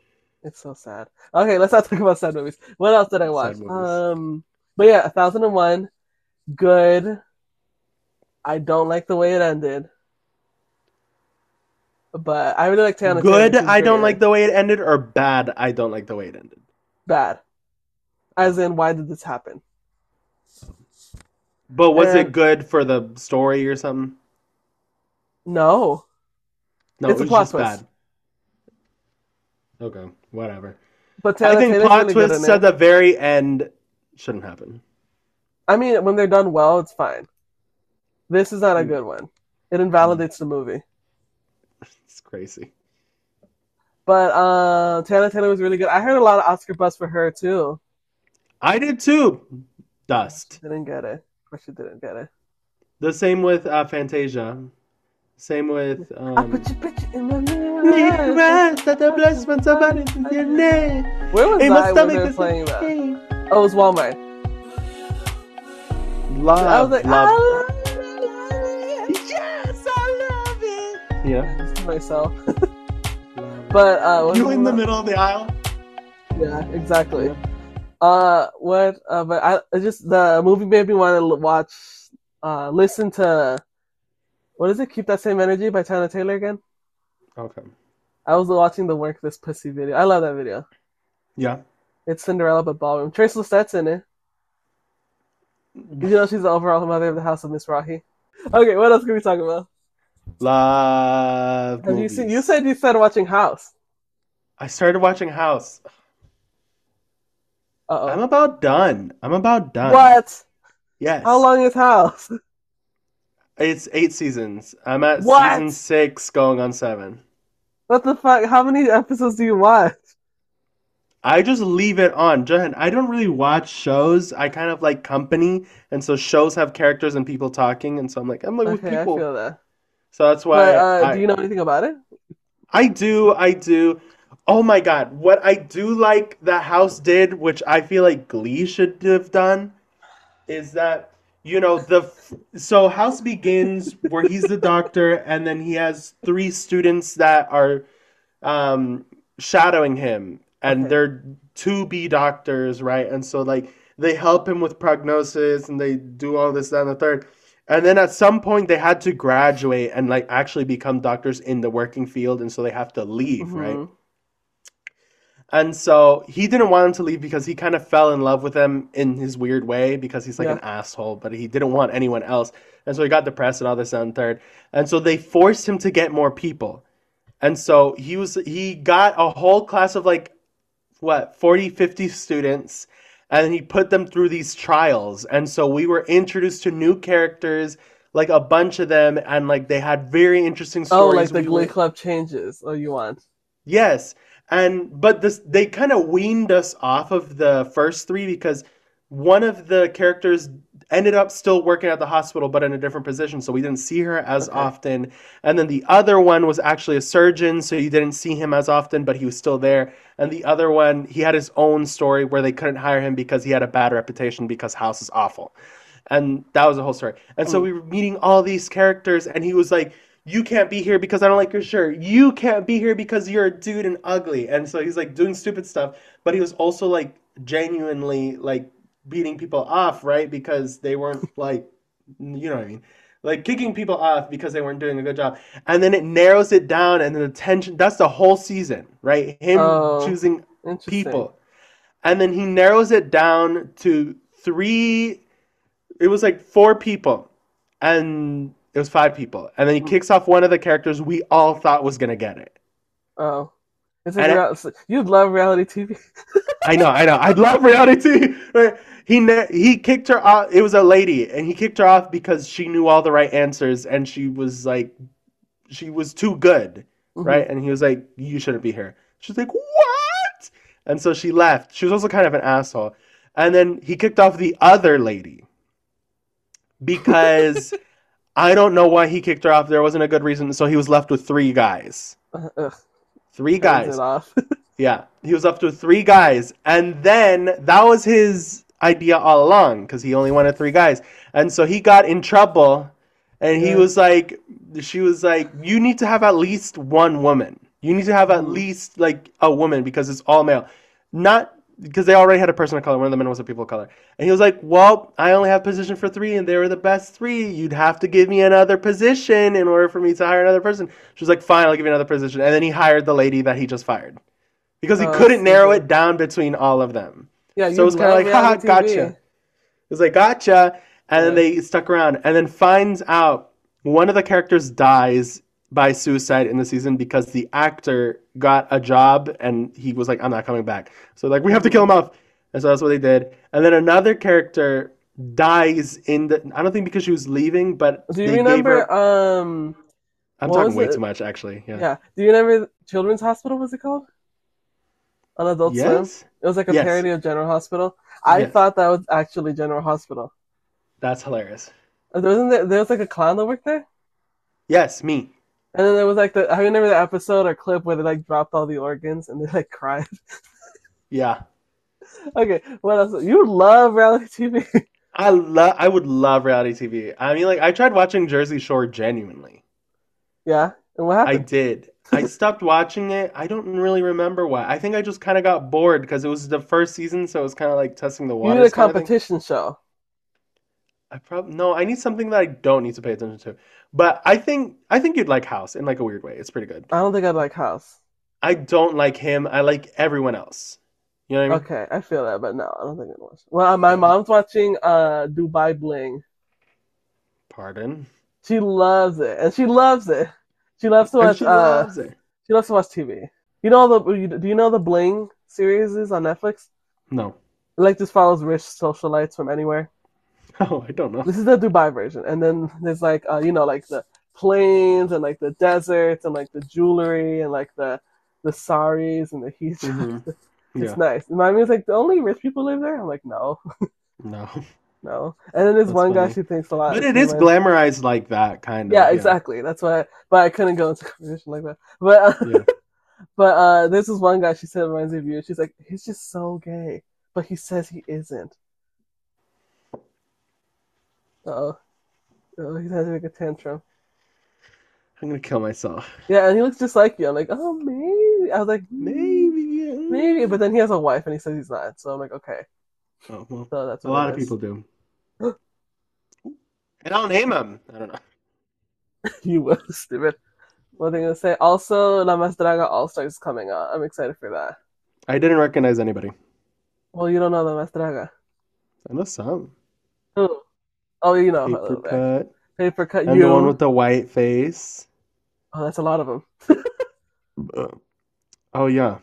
It's so sad. Okay, let's not talk about sad movies. What else did I
Sad
watch?
movies.
Um, but yeah, a thousand and one, good. I don't like the way it ended, but I really like Tana.
Good. I don't like the way it ended. Or bad. I don't like the way it ended.
bad. As in, why did this happen?
But was
Uh,
it good for the story or something?
No,
No,
it's
it
a
was
plot
just
twist.
bad. Okay. Whatever.
but Tana
I think
Taylor's
plot
really good
twists
in it.
at the very end shouldn't happen.
I mean, when they're done well, it's fine. This is not a
Mm.
good one. It invalidates the movie.
It's crazy.
But uh, Tana Taylor was really good. I heard a lot of Oscar buzz for her too.
I did too. Dust.
Didn't get it. Of course, she didn't get it.
The same with uh, Fantasia. Same with.
I
Um,
put your picture in my mirror.
Where
Where was I when they were playing that? Oh, it was Walmart. I
Love,
was like, "Ah,
love.
I love
Yes, I
"Oh,
love it. Yeah.
it. myself. [laughs] But uh, what
you
was
in the
it?
middle of the aisle.
Yeah, exactly. Uh, what? Uh, but I it's just the movie made me want to l- watch, uh, listen to, what is it? Keep that same energy by Tana Taylor again.
Okay.
I was watching the work this pussy video. I love that video.
Yeah.
It's Cinderella but ballroom. Trace Lestat's in it. You know she's the overall mother of the house of Miss Rahi. Okay, what else can we talk about?
Love.
Have you
movies.
seen? You said you started watching House.
I started watching House. I'm
Uh
about done. I'm about
oh.
done.
What?
Yes.
How long is House? [laughs]
It's eight seasons. I'm at
What?
season six, going on seven.
What the fuck? How many episodes do you watch?
I just leave it on. Jen, I don't really watch shows. I kind of like company, and so shows have characters and people talking, and so I'm like, I'm like with
Okay, I
people.
feel that.
So that's why
But uh,
I,
do you know anything about it?
I do, I do. Oh my God, what I do like that House did, which I feel like Glee should have done, is that you know the f- so House begins where he's the doctor, and then he has three students that are um shadowing him and
Okay.
they're to be doctors right and so like they help him with prognosis and they do all this that and the third and then at some point they had to graduate and like actually become doctors in the working field and so they have to leave right
Mhm.
And so he didn't want him to leave because he kind of fell in love with him in his weird way because he's like
Yeah.
an asshole, but he didn't want anyone else. And so he got depressed and all this and third. And so they forced him to get more people. And so he was he got a whole class of like what 40 50 students and he put them through these trials and so we were introduced to new characters like a bunch of them and like they had very interesting
Oh,
stories
like the
We
Glee
were-
Club changes. Oh, you want?
Yes. And but this they kind of weaned us off of the first three because one of the characters ended up still working at the hospital but in a different position, so we didn't see her as
Okay.
often. And then the other one was actually a surgeon, so you didn't see him as often, but he was still there. And the other one, he had his own story where they couldn't hire him because he had a bad reputation because House is awful. And that was the whole story. And so
Mm.
we were meeting all these characters, and he was like, You can't be here because I don't like your shirt. You can't be here because you're a dude and ugly. And so he's like doing stupid stuff, but he was also like genuinely like beating people off, right? Because they weren't like, you know what I mean? Like kicking people off because they weren't doing a good job. And then it narrows it down, and then the tension that's the whole season, right? Him
Oh.
choosing
Interesting.
people. And then he narrows it down to three, it was like four people. And it was five people. And then he kicks off one of the characters we all thought was going to get it.
Oh, it's
And
like
I-
real- so- you love reality TV.
I know, I know. I'd love reality. Right? He ne- he kicked her off. It was a lady, and he kicked her off because she knew all the right answers, and she was like, she was too good,
Mhm.
right? And he was like, you shouldn't be here. She's like, what? And so she left. She was also kind of an asshole. And then he kicked off the other lady because I don't know why he kicked her off. There wasn't a good reason. So he was left with three guys.
Uh, [laughs] ugh,
Three
turns
guys.
it off. [laughs]
Yeah, he was up to three guys, and then that was his idea all along because he only wanted three guys, and so he got in trouble, and he
Yeah.
was like, she was like, you need to have at least one woman, you need to have at
Mhm.
least like a woman because it's all male, not because they already had a person of color. One of the men was a people of color, and he was like, well, I only have position for three, and they were the best three. You'd have to give me another position in order for me to hire another person. She was like, fine, I'll give you another position, and then he hired the lady that he just fired because he
Oh,
couldn't narrow
stupid.
it down between all of them.
Yeah,
So it
you
was kind of
love
like, [laughs] haha,
reality TV.
gotcha. It was like, gotcha. And then they stuck around and then finds out one of the characters dies by suicide in the season because the actor got a job and he was like, I'm not coming back. So, like, we have to kill him off. And so that's what they did. And then another character dies in the, I don't think because she was leaving, but
Do you
they gave
remember?
her,
Um,
I'm
what
talking
was
way
it?
too much, actually. Yeah.
yeah. Do you remember Children's Hospital? Was it called? On Adult Swim.
Yes?
It was like a
Yes.
parody of General Hospital. I
Yes.
thought that was actually General Hospital.
That's hilarious.
Uh, there Wasn't there, there was like a clown that worked there?
Yes, me.
And then there was like the I remember the episode or clip where they like dropped all the organs and they like cried. [laughs]
Yeah.
okay, what else? You love reality TV.
I love. I would love reality TV. I mean, like I tried watching Jersey Shore genuinely.
[laughs] yeah. And what
I
happened?
did. I stopped watching it. I don't really remember why. I think I just kind of got bored because it was the first season, so it was kind of like testing the
you
waters.
need a
kinda thing.
competition show.
I probably no. I need something that I don't need to pay attention to. But I think I think you'd like House in like a weird way. It's pretty good.
I don't think I'd like House.
I don't like him. I like everyone else. You know what I mean?
Okay, I feel that, but no, I don't think I'd watch. Well, uh, my mom's watching uh Dubai Bling.
Pardon.
She loves it, and she loves it. She loves to
And
watch.
she
uh,
loves it.
She loves to watch TV. You know the do you know the Bling series is on Netflix?
No. [laughs]
It like just follows rich socialites from anywhere.
Oh, I don't know. [laughs]
This is the Dubai version, and then there's like uh, you know like the plains and like the deserts and like the jewelry and like the the saris and the hijabs.
Mhm.
[laughs] It's
Yeah.
nice. And my mom's like, the only rich people live there. I'm like, no,
No.
[laughs] no. And then there's
That's
one guy
funny.
she thinks a lot.
But it
she
is
went-
glamorized like that, kind of.
Yeah, exactly. That's why. but I couldn't go into [laughs] conversation like that. But uh,
Yeah.
[laughs] but uh, this is one guy. She said reminds me of you. She's like, he's just so gay, but he says he isn't. Oh, oh, he's having like a tantrum.
I'm gonna kill myself.
Yeah, and he looks just like you. I'm like, oh, maybe. I was like, maybe,
Maybe.
maybe. But then he has a wife, and he says he's not. So I'm like, okay.
Oh, well,
So that's
a
what
lot
it
of
is.
people do. [gasps] And I'll name them. I don't know.
[laughs] You will, [laughs] stupid. What are they gonna say? Also, La Mas Draga All Stars is coming out. I'm excited for that.
I didn't recognize anybody.
Well, you don't know the Mastraga.
I know some.
Who? Oh, you know.
Paper cut.
Paper cut.
And
you.
the one with the white face.
Oh, that's a lot of them.
Oh yeah.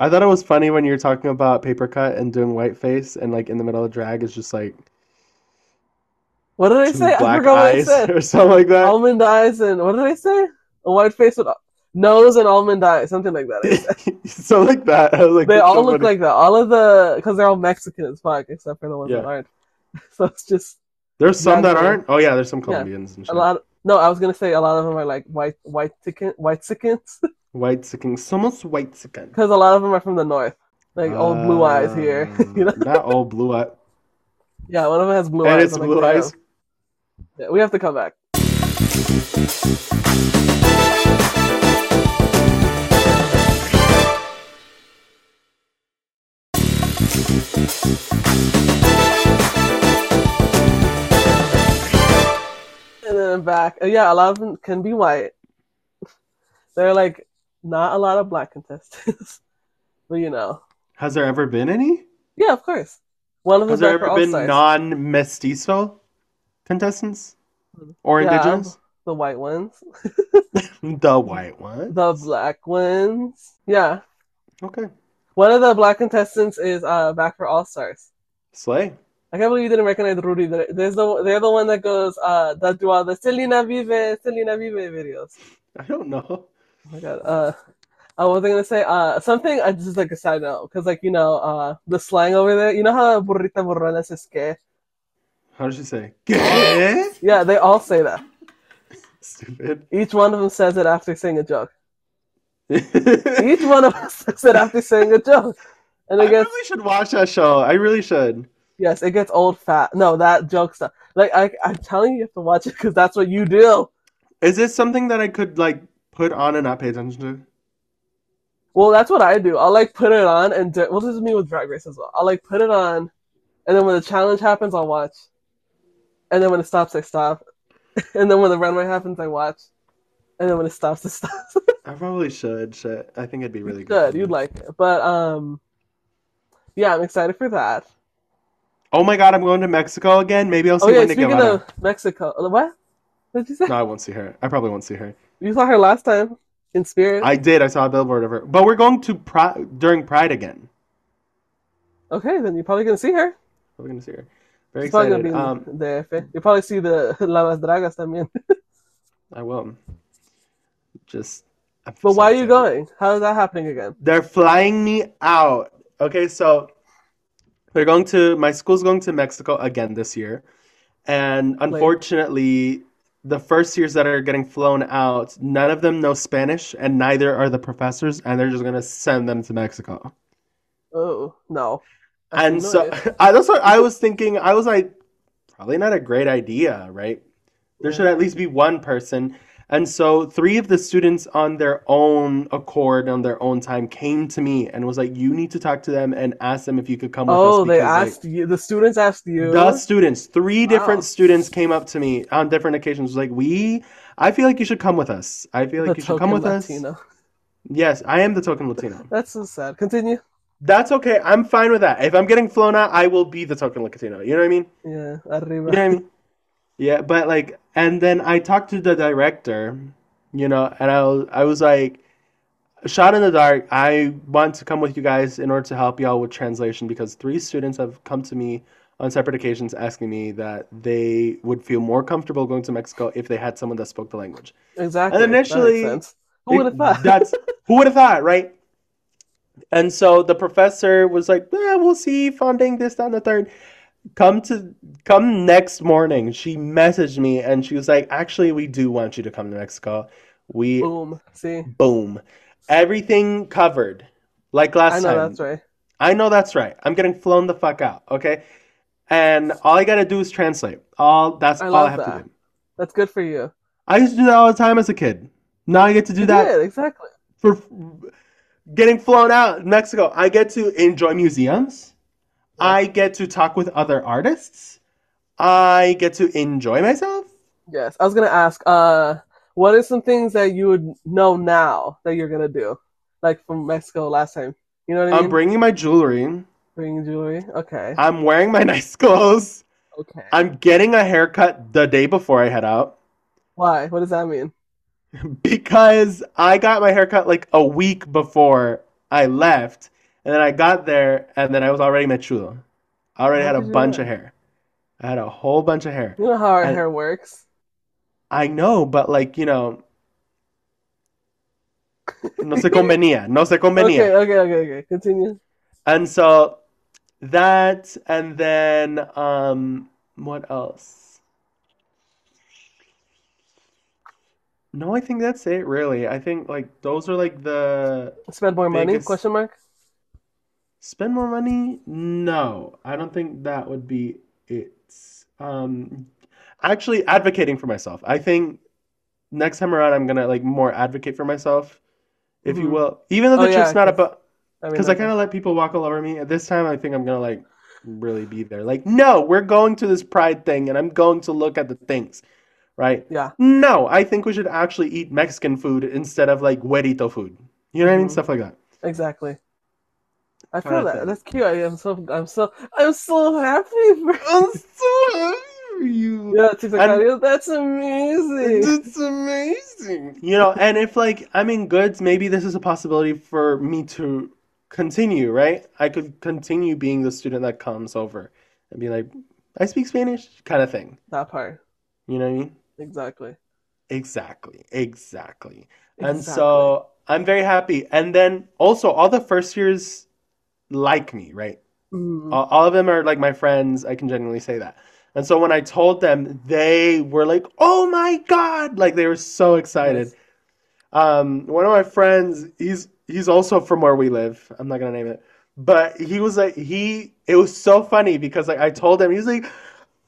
I thought it was funny when you were talking about paper cut and doing white face and like in the middle of drag is just like
What did [laughs] I
two
say? I
black
forgot what I
eyes
said.
[laughs] or something like that.
Almond eyes and what did I say? A white face with nose and almond eyes, something like that. I said.
so [laughs] like that. I was like,
they
that's
all
so
look
funny.
like that. All of the because they're all Mexican as fuck, except for the ones that
Yeah.
aren't. [laughs] So it's just
There's some that
Mexican.
aren't. Oh yeah, there's some Colombians and
a
shit.
lot. no, I was gonna say a lot of them are like white, white chicken, white [laughs] chickens,
White sicking. Someone's white sicking.
because a lot of them are from the north, like old blue eyes here. [laughs]
Ah.
you know?
Um, Not old blue eye.
Yeah, one of them has blue
and
eyes.
it's
I'm like,
blue
"Damn."
eyes.
Yeah, we have to come back. And then I'm back. Uh, Yeah, a lot of them can be white. [laughs] There are like not a lot of black contestants, [laughs] but you know,
Has there ever been any?
yeah, of course. One of them
Has there ever been non-mestizo contestants or
Yeah.
indigenous?
the white ones,
The white one.
the black ones. Yeah,
Okay.
One of the black contestants is uh, back for All Stars.
Slay.
I can't believe you didn't recognize Rudy. They're- There's the they're the one that goes uh, that do all the Selena Vive, Selena Vive videos.
I don't know.
Oh my god. Uh, uh, what was I gonna say? Uh, something. I just like a side note because like you know uh, the slang over there. You know how burrita burrona says que?
How does she say? [laughs] "Gay?"
Yeah, they all say that.
Stupid.
Each one of them says it after saying a joke.
[laughs]
Each one of us [laughs] says it after saying a joke, and
I
it gets
really should watch that show. I really should.
yes, it gets old fat. No, that joke stuff. Like I, I'm telling you, you have to watch it because that's what you do.
Is this something that I could like put on and not pay attention to?
Well, that's what I do. I'll like put it on and do, well, this is me with Drag Race as well. I'll like put it on, and then when the challenge happens, I'll watch, and then when it stops, I stop, [laughs] and then when the runway happens, I watch, and then when it stops, it [laughs] stops.
I probably should. Shit. I think it'd be really
Good,
good.
you'd like it, but um, yeah, I'm excited for that.
Oh my god, I'm going to Mexico again. Maybe I'll see
Oh yeah,
Wendy
speaking
Guevara.
of Mexico, uh, what? What did you say?
No, I won't see her. I probably won't see her.
You saw her last time in spirit.
I did. I saw a billboard of her. But we're going to Pri- during Pride again.
okay, then you're probably gonna see her.
We're gonna see her. Very
She's probably gonna
excited.
be in the
Um,
DF. You'll probably see the [laughs] Lamas Dragas también.
I will. Just. I'm
But
so
why are you
excited.
going? How is that happening again?
They're flying me out. Okay, so they're going to my school's going to Mexico again this year. And unfortunately, the first years that are getting flown out, none of them know Spanish and neither are the professors, and they're just gonna send them to Mexico.
Oh no. I
And
have no
so
idea.
[laughs] I that's what I was thinking. I was like, probably not a great idea, right? There should at least be one person. And so three of the students on their own accord, on their own time, came to me and was like, you need to talk to them and ask them if you could come with us
Oh, they
because, like,
asked you. The students asked you.
the students, three
Wow.
different students came up to me on different occasions, was like, we, I feel like you should come with us. I feel like
the
you should come
token
with us.
Latino.
Yes, I am the token Latino.
That's so sad. Continue.
That's okay. I'm fine with that. If I'm getting flown out, I will be the token Latino. You know what I mean?
Yeah, arriba.
You know what I mean? Yeah, but like, and then I talked to the director, you know, and I was, I was like, shot in the dark. I want to come with you guys in order to help y'all with translation because three students have come to me on separate occasions asking me that they would feel more comfortable going to Mexico if they had someone that spoke the language.
Exactly.
And initially-
that makes sense. who would have
It-
thought?
That's who would have thought, right? And so the professor was like, "Yeah, we'll see, funding this, that, and the third. Come to come next morning. She messaged me and she was like, "Actually, we do want you to come to Mexico. We
[laughs] Boom. See,
boom, everything covered, like last
I know
time.
that's right.
I know that's right. I'm getting flown the fuck out, okay? And all I gotta do is translate. All that's
I
all
love
I have to
that.
do.
That's good for you.
I used to do that all the time as a kid. Now I get to do
You
that
did, exactly.
for getting flown out in Mexico. I get to enjoy museums. I get to talk with other artists. I get to enjoy myself.
Yes, I was gonna ask. Uh, what are some things that you would know now that you're gonna do, like from Mexico last time? You You know what I mean?
I'm bringing my jewelry.
Bring jewelry. Okay.
I'm wearing my [laughs] nice clothes.
Okay.
I'm getting a haircut the day before I head out
Why? What does that mean?
because I got my haircut like a week before I left. And then I got there and then I was already mechudo. I already
How
had a
did you
bunch
know?
of hair. I had a whole bunch of hair.
You know how our
I-
hair works.
I know, but like, you know, no se convenía. No se convenía.
Okay, okay, okay, okay. Continue.
And so that, and then um, what else? No, I think that's it, really. I think like those are like the
Spend more money?
Biggest-
Question mark.
spend more money. No, I don't think that would be it. Um, actually advocating for myself. I think next time around I'm gonna like more advocate for myself, if you
Mhm.
will. Even though
Oh,
the
yeah,
trip's not
'cause-
about.
I mean,
Because I
okay.
kind of let people walk all over me. At This time, I think I'm gonna like really be there. Like, no, we're going to this pride thing, and I'm going to look at the things, right?
Yeah.
No, I think we should actually eat Mexican food instead of like huerito food. You know what I mean?
Mhm.
Stuff like that.
Exactly. I
Kinda
feel that.
thing.
That's cute. I am so I'm so I'm so happy
[laughs]
for
I'm so happy for you.
Yeah, TikTok
And-
audio. That's amazing.
[laughs] It's amazing. You know, and if like I'm in goods, maybe this is a possibility for me to continue, right? I could continue being the student that comes over and be like, I speak Spanish, kind of thing.
That part.
You know what I mean?
Exactly.
Exactly. Exactly. And so I'm very happy. And then also all the first years like me, right?
Exactly. Mm.
All, all of them are like my friends. I can genuinely say that. And so when I told them, they were like, "Oh my God!" Like they were so excited.
Nice.
Um, one of my friends, he's he's also from where we live. I'm not gonna name it, but he was like, he. It was so funny because like I told him, he was like,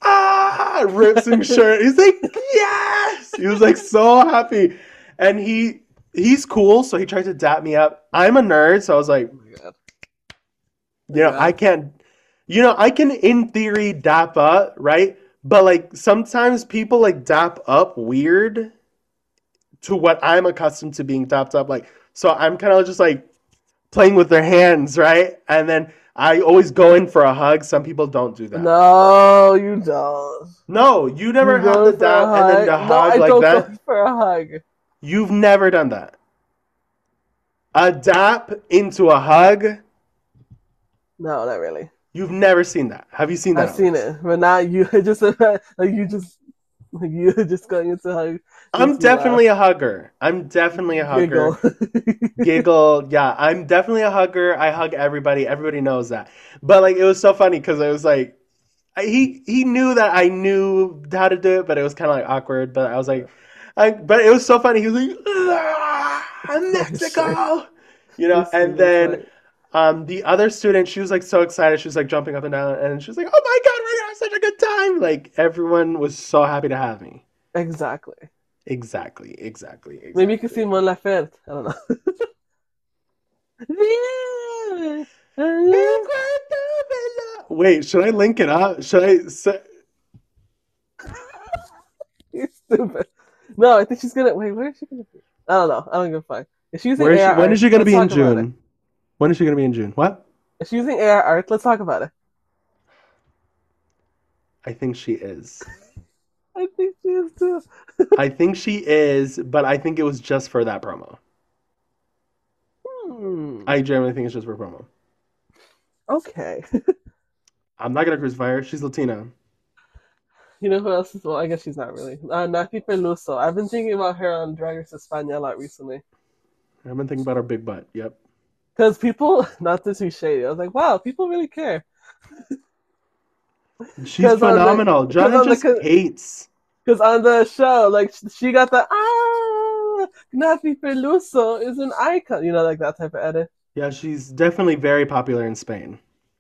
"Ah!" Rips and shirt. He's like, "Yes!" He was like so happy, and he he's cool. So he tried to dap me up. I'm a nerd, so I was like,
Oh my god.
you know,
Yeah.
I can, you know, I can in theory dap up, right? But like sometimes people like dap up weird to what I'm accustomed to being dapped up. Like, so I'm kind of just like playing with their hands, right? And then I always go in for a hug. Some people don't do that.
No,
No,
you don't.
you never
You
have
go for
the
a
dap and then the
hug. No,
hug
I
like
don't
that.
go for a hug.
You've never done that. A dap into a hug.
No, not really.
You've never seen that. Have you seen that?
I've seen it, but not you. [laughs] Just like you just like you [laughs] just going into hug.
I'm
Makes me laugh.
definitely a hugger. I'm definitely a hugger.
Giggle. [laughs]
Giggle. Yeah, I'm definitely a hugger. I hug everybody. Everybody knows that. But like, it was so funny because I was like, I- he he knew that I knew how to do it, but it was kind of like awkward. But I was like, I, but it was so funny. He was like, "Ah,
[laughs]
Mexico, [laughs] you know.
It's-
And
it's
then
like-
um, the other student, she was like so excited. She was like jumping up and down, and she was like, "Oh my god, we're gonna have such a good time!" Like everyone was so happy to have me.
exactly.
Exactly, exactly, exactly.
Maybe you can see Mon Laferte. I don't know.
[laughs]
Yeah.
Wait, should I link it up? Should I say?
You're stupid. No, I think she's gonna wait. Where is she gonna be? I don't know. I don't give a fuck. If she's using
Where is she,
AR
when is she gonna
let's
be in
talk about it.
June? When is she gonna be in June? What?
If she's using AR art, let's talk about it.
I think she is.
I think she is too.
I think she is, but I think it was just for that promo.
Hmm.
I genuinely think it's just for promo.
Okay. [laughs]
I'm not gonna crucify her. She's Latina.
You know who else is? Well, I guess she's not really. Uh, Nafi Peluso. I've been thinking about her on Drag Race España a lot recently.
I've been thinking about her big butt. Yep.
Because people, [laughs] not to be shady, I was like, wow, people really care.
She's
on the-
phenomenal.
because
Jana
on the
just
co-
hates.
Because on the show, like, sh- she got the, ah, Nafi Peluso is an icon. You know, like that type of edit.
Yeah, she's definitely very popular in Spain.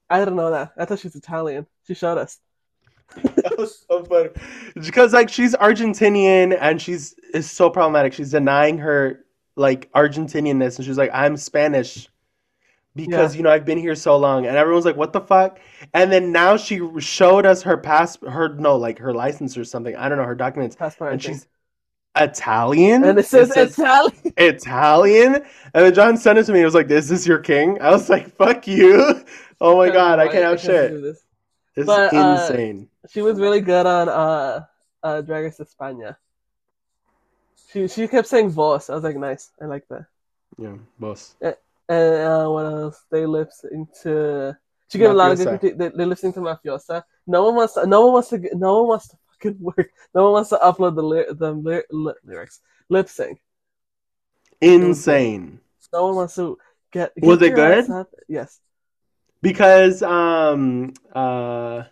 I didn't know that. I thought she's Italian. She showed us.
[laughs] That was so funny. Because like she's Argentinian and she's is so problematic. She's denying her like Argentinianness and she's like, I'm Spanish because you know I've been here so long. And everyone's like, what the fuck? And then now she showed us her pass her no, like her license or something. I don't know, her documents.
Passport. I
And
think.
she's Italian,
and it says, Italian.
Italian. And then John sent it to me. He was like, "Is this your king?" I was like, "Fuck you!" [laughs] [laughs] Oh my god, I can't out
do
shit.
this.
This is
But, uh,
insane.
She was really good on uh, uh, Drag Race España. She she kept saying "vos." I was like, nice. I like that.
Yeah, boss.
And uh, what else? They lip sync to. She gave a lot of good.
Mafiosa.
criti- They, they lip sync to mafiosa. No one wants. To, no one wants to. get- No one wants to fucking [laughs] work. No one wants to upload the ly- the ly- ly- lyrics lip sync.
Insane.
No one wants to get.
Was
get
it
your ass
good?
up. Yes.
Because um uh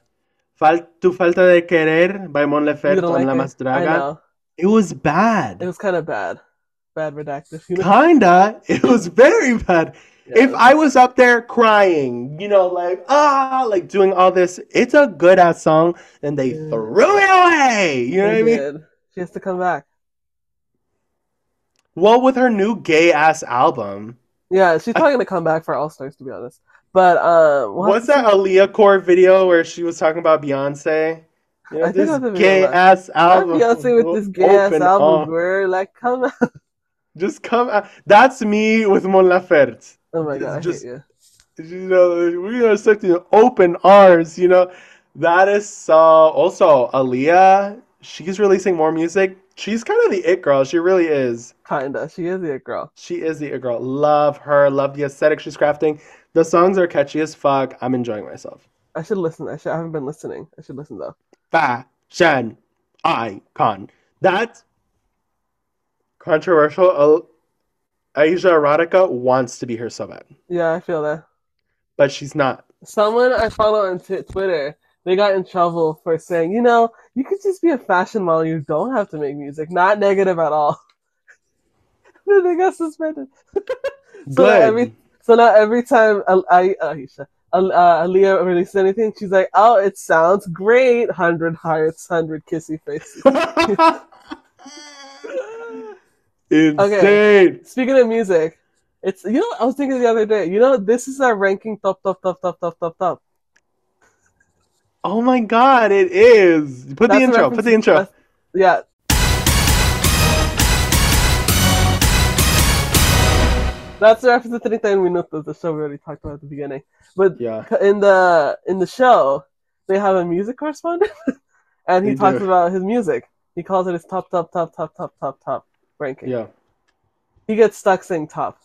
Fal- Tu Falta de Querer by Mon
You
Laferte
don't
on
like
La
it?
Mas
I
Draga.
know.
It was bad.
It was kind of bad. Bad redacted. [laughs] You know?
Kinda. It was very bad.
Yeah.
If I was up there crying, you know, like ah, like doing all this, it's a good ass song, and they
Yeah.
threw it away. You know what
They
I mean?
did. She has to come back.
Well, with her new gay ass album,
Yeah, she's probably gonna come back for All Stars to be honest. But um, we'll have
what's
to see.
that Aaliyah Core video where she was talking about Beyonce? You know,
I think
this
that's the video
gay
last-
ass
Not
album.
Beyonce
will
with this gay ass
open
album,
up.
girl. Like, come on. [laughs]
Just come out. That's me with Mon Laferte.
Oh my
It's
god, I
just-
hate you.
You know, we are such an open arms, you know. That is so. Also, Aaliyah, she's releasing more music. She's kind of the it girl. She really is.
Kinda. She is a girl.
She is the it girl. Love her. Love the aesthetic she's crafting. The songs are catchy as fuck. I'm enjoying myself.
I should listen. I should. I haven't been listening. I should listen though.
Fashion icon. That controversial. Al- Asia Erotica wants to be her so bad,
Yeah, I feel that.
but she's not.
Someone I follow on t- Twitter, they got in trouble for saying, you know, you could just be a fashion model. You don't have to make music. Not negative at all. [laughs] then they got suspended. So
Good.
every- So now every time Al- I, Aisha, Al- uh, Aaliyah releases anything, she's like, "Oh, it sounds great." Hundred hearts, hundred kissy faces. [laughs]
Insane.
Speaking of music, it's you know what I was thinking the other day. You know this is our ranking top top top top top top top.
Oh my god, it is. Put
That's
the
a
intro.
reference
Put the
to
intro.
us- Yeah. That's the reference to 30 Minutos, the show we already talked about at the beginning. But
Yeah.
in the in the show, they have a music correspondent, [laughs] and he
They
talks
do.
about his music. He calls it his top, top, top, top, top, top, top ranking.
Yeah.
He gets stuck saying top.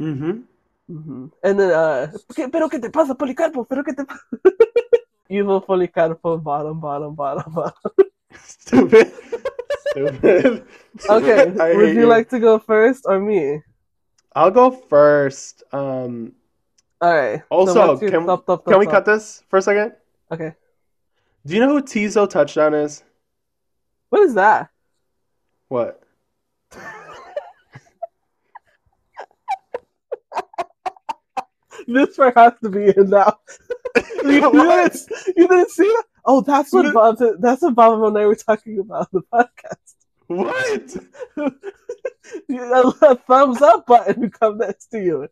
Mm-hmm. [laughs]
hmm And then, uh, "¿Qué- pero que te pasa, Policarpo? Pero que te pasa? [laughs] Evil Policarpo, bottom, bottom, bottom, bottom.
Stupid. Stupid.
Okay,
[laughs] [laughs] I
would
hate
you like to go first or me?
I'll go first. Um
All right.
also,
what's your
can,
top, top,
can
top,
we
top?
cut this for a second?
Okay.
Do you know who Tizo Touchdown is?
What is that?
What?
[laughs] This part has to be in [laughs] now. you, you
What?
didn't, you didn't see that? Oh, that's what
No.
Bob. That's what Bob and I were talking about on the podcast. [laughs]
What? [laughs]
You know, a thumbs up button to come next to you.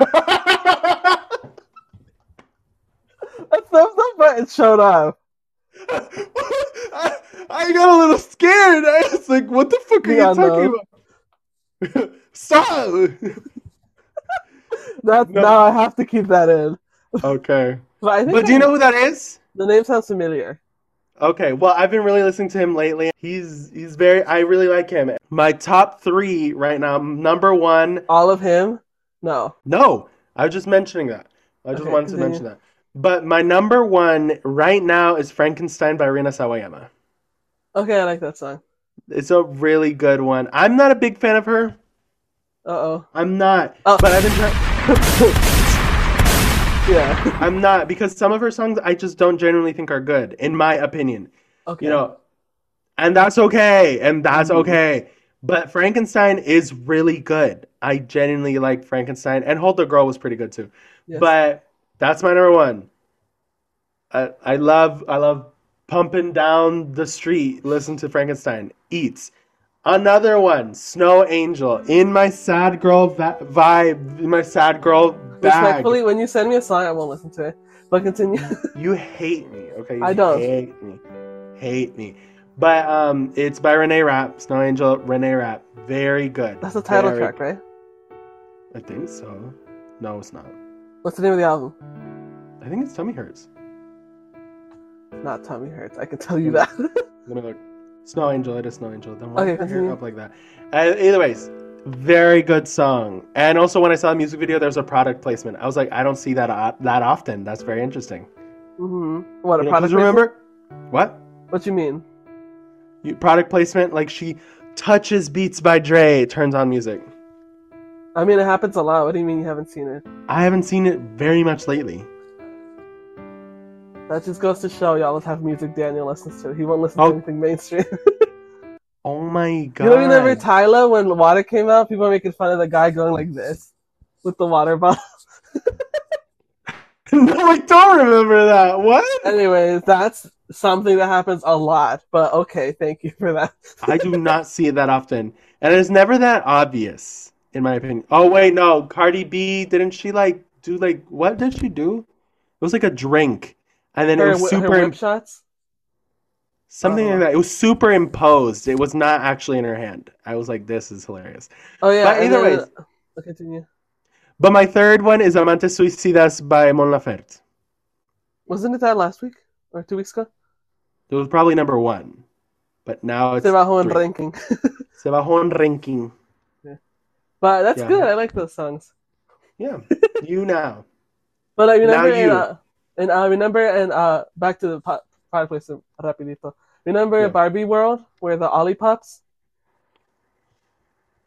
A thumbs up button showed up.
I, I got a little scared. I was like, what the fuck are
Yeah, I
you talking about? [laughs] Stop!
That
No.
now I have to keep that in.
Okay.
But I think
But do you know who that is?
the name sounds familiar.
Okay, well, I've been really listening to him lately. He's he's very I really like him. My top three right now. Number one,
All of him? No.
no, I was just mentioning that. I just
Okay,
wanted to
continue.
mention that. But my number one right now is Frankenstein by Rina Sawayama.
Okay, I like that song.
It's a really good one. I'm not a big fan of her.
Uh oh.
I'm not.
Oh.
But I've been trying.
[laughs] Yeah.
I'm not because some of her songs I just don't genuinely think are good, in my opinion.
Okay.
You know, and that's okay, and that's
Mhm.
okay. But Frankenstein is really good. I genuinely like Frankenstein, and Hold the Girl was pretty good too.
Yes.
But that's my number one. I I love I love pumping down the street. Listen to Frankenstein eats. Another one, Snow Angel, in my sad girl va- vibe, in my sad girl bag.
Respectfully, when you send me a song, I won't listen to it. But continue. [laughs]
You hate me, okay? You
I don't.
hate me. Hate me. But um, it's by Renee Rapp, Snow Angel Renee Rapp. Very good.
That's the title
Very-
track, right?
I think so. No, it's not.
What's the name of the album?
I think it's Tummy Hurts.
Not Tommy Hurts. I can tell you
Mm-hmm.
that. [laughs]
Let me look. Snow Angel, it is Snow Angel. Then why
Okay,
did I hear
continue.
it up like that? Uh, either ways, very good song. And also, when I saw the music video, there was a product placement. I was like, I don't see that o- that often. That's very interesting.
hmm What a
You know, 'cause
product.
Mm-hmm. remember? What?
placement? What you mean?
You, product placement, like she touches Beats by Dre, turns on music.
I mean, it happens a lot. What do you mean you haven't seen it?
I haven't seen it very much lately.
That just goes to show y'all have music Daniel listens to. He won't listen
Oh.
to anything mainstream. [laughs]
Oh my god.
You don't remember Tyler when water came out? People were making fun of the guy going like this with the water bottle. [laughs]
no, I don't remember that. What?
Anyways, that's something that happens a lot. But okay, thank you for that.
I do not see it that often. And it's never that obvious, in my opinion. Oh, wait, no. Cardi B, didn't she like do like, what did she do? It was like a drink. And then it
her, Uh-huh.
was
whi- her
super,
whip shots.
something like that. It was superimposed. It was not actually in her hand. I was like, this is hilarious.
Oh yeah.
But
and
either
then-
ways.
continue.
But my third one is Amantes Suicidas by Mon Laferte.
Wasn't it that last week or two weeks ago?
It was probably number one. But now Oh, it's
Se bajó en
three.
ranking.
Se bajó en ranking.
But that's
Yeah.
good. I like those songs.
Yeah. You now.
But I remember,
Now
in,
you.
uh, and I remember, and uh, back to the po- fireplace rapidito. Remember
Yeah.
Barbie World where the Ollie pops?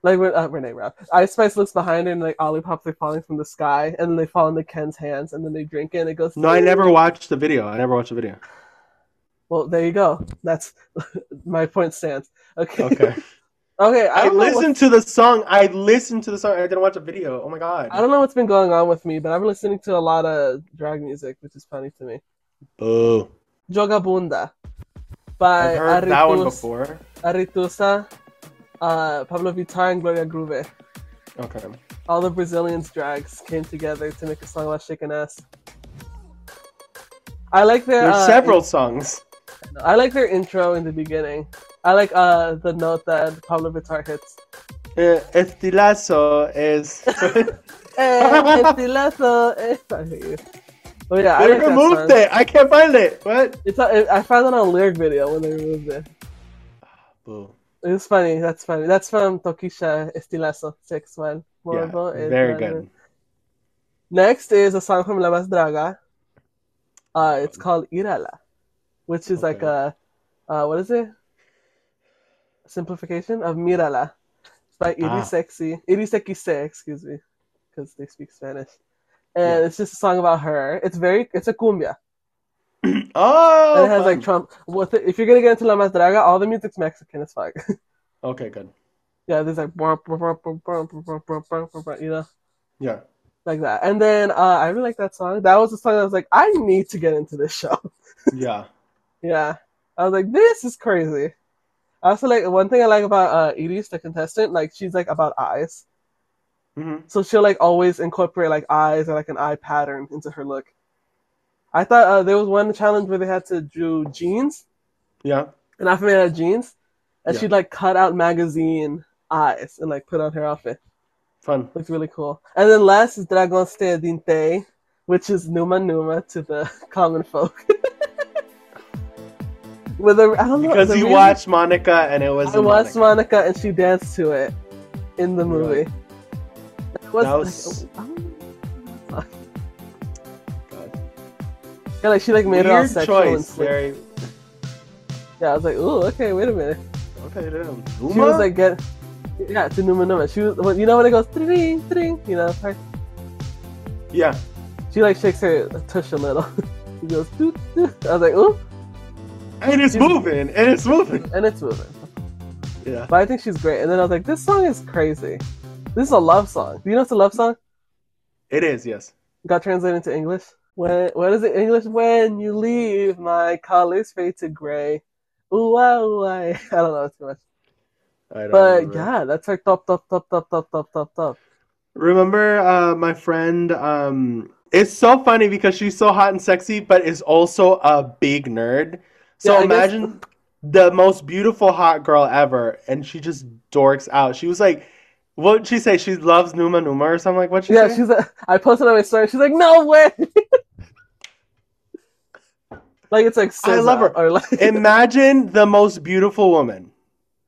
Like when uh, Renee Rapp, Ice Spice looks behind her and like Ollie pops are falling from the sky, and then they fall into Ken's hands, and then they drink it, and it goes.
No, I never watched the video. I never watched the video.
Well, there you go. That's [laughs] my point stands. Okay. [laughs] Okay.
Okay. I,
I, don't know what's-
listened to the song. I listened to the song. I didn't watch a video. Oh my god.
I don't know what's been going on with me, but I've been listening to a lot of drag music, which is funny to me.
Boo.
Jogabunda by
I've heard that one
Aritus-
before.
Aritusa, uh, Pablo Vittar, and Gloria Groove.
Okay.
All the Brazilians drags came together to make a song about shaking ass. I like their
There's
uh,
several songs.
in- I like their intro in the beginning. I like uh, the note that Pablo Vittar hits. [laughs]
Uh, Estilazo is. [laughs]
Eh, estilazo, eh. I hate you. But yeah, I
they
like that
removed
song.
it. I can't find it. What?
It's a, I found it on a lyric video when they removed it.
Boo.
It was funny. That's funny. That's from Tokisha Estilazo Sexual.
Yeah,
Morbo es
very
grande.
good.
Next is a song from La Más Draga. Uh, it's called Irala, which is like a, uh, what is it? Simplification of Mirala. It's by Iri
Ah.
Sexy. Iri Sekise, excuse me, because they speak Spanish. And
Yeah.
it's just a song about her. It's very, it's a cumbia.
[clears throat] Oh.
and it has like
fun.
Trump. With it, if you're going to get into La Más Draga, all the music's Mexican as fuck.
okay, good.
[laughs] yeah, there's like, brum, brum, brum, brum, brum, brum, brum, brum, brum, you know?
Yeah.
like that. And then uh, I really like that song. That was a song that I was like, I need to get into this show.
Yeah.
yeah, I was like, this is crazy. I also like one thing I like about uh, Edie's the contestant, like she's like about eyes,
hmm
so she'll like always incorporate like eyes or like an eye pattern into her look. I thought uh, there was one challenge where they had to do jeans,
Yeah.
and I made out jeans, and
Yeah.
she'd like cut out magazine eyes and like put on her outfit.
Fun.
Looks really cool. And then last is Dragonstay Dinte, which is Numa Numa to the [laughs] common folk. With a, I don't know,
Because
the
you
reason-
watched Monica and it was.
I watched Monica and she danced to it in the movie. It was
That was-
like, oh, oh. yeah, like she like made it all
Weird
sexual and
choice.
sleek.
Very.
Yeah, I was like, ooh, okay, wait a minute.
Okay, damn.
She was like, get yeah, to Numa Numa. She was, well, you know when it goes tring tring, you know, her
Yeah.
She like shakes her tush a little. [laughs] she goes doot doot. I was like, ooh,
And it's moving. And
[laughs]
it's moving.
and it's moving.
Yeah.
But I think she's great. And then I was like, this song is crazy. This is a love song. Do you know it's a love song?
It is, yes.
Got translated into English. When what is it in English? When you leave, my colors fade to gray. Ooh, ah, ooh, ah. [laughs] I don't know too much.
I don't
But
remember.
yeah, that's her top, top, top, top, top, top, top, top.
Remember uh, my friend? Um, it's so funny because she's so hot and sexy, but is also a big nerd. So
Yeah, I guess-
imagine the most beautiful hot girl ever, and she just dorks out. She was like, "What'd she say? She loves Numa Numa or something like what?" She
yeah,
say?
she's. A, [laughs] I posted on my story. She's like, "No way!" [laughs] like it's like
I love
SZA
her.
Or like,
Imagine the most beautiful woman,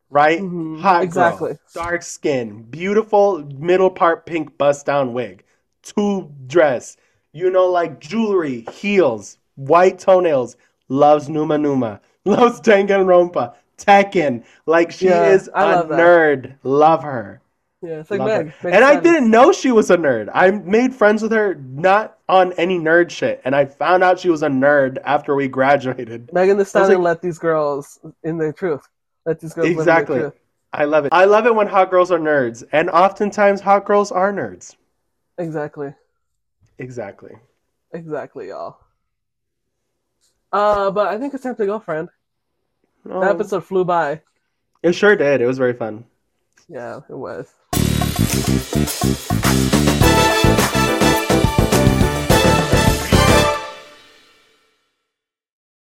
right?
Mhm,
Hot girl,
exactly.
dark skin, beautiful middle part pink bust down wig, tube dress, you know, like jewelry, heels, white toenails. Loves Numa Numa, [laughs] loves Danganronpa, Tekken. Like she
Yeah,
is a
I love that.
nerd. Love her.
[laughs] yeah, it's like
Love her.
Meg.
and I didn't know she was a nerd. I made friends with her not on any nerd shit, and I found out she was a nerd after we graduated.
Megan the
like-
Stallion let these girls in their truth. Let these girls live in their
Exactly.
truth.
I love it. I love it when hot girls are nerds, and oftentimes hot girls are nerds.
Exactly.
Exactly.
Exactly, y'all. Uh, but I think it's time to go, friend.
Oh,
That episode flew by.
It sure did. It was very fun.
Yeah, it was.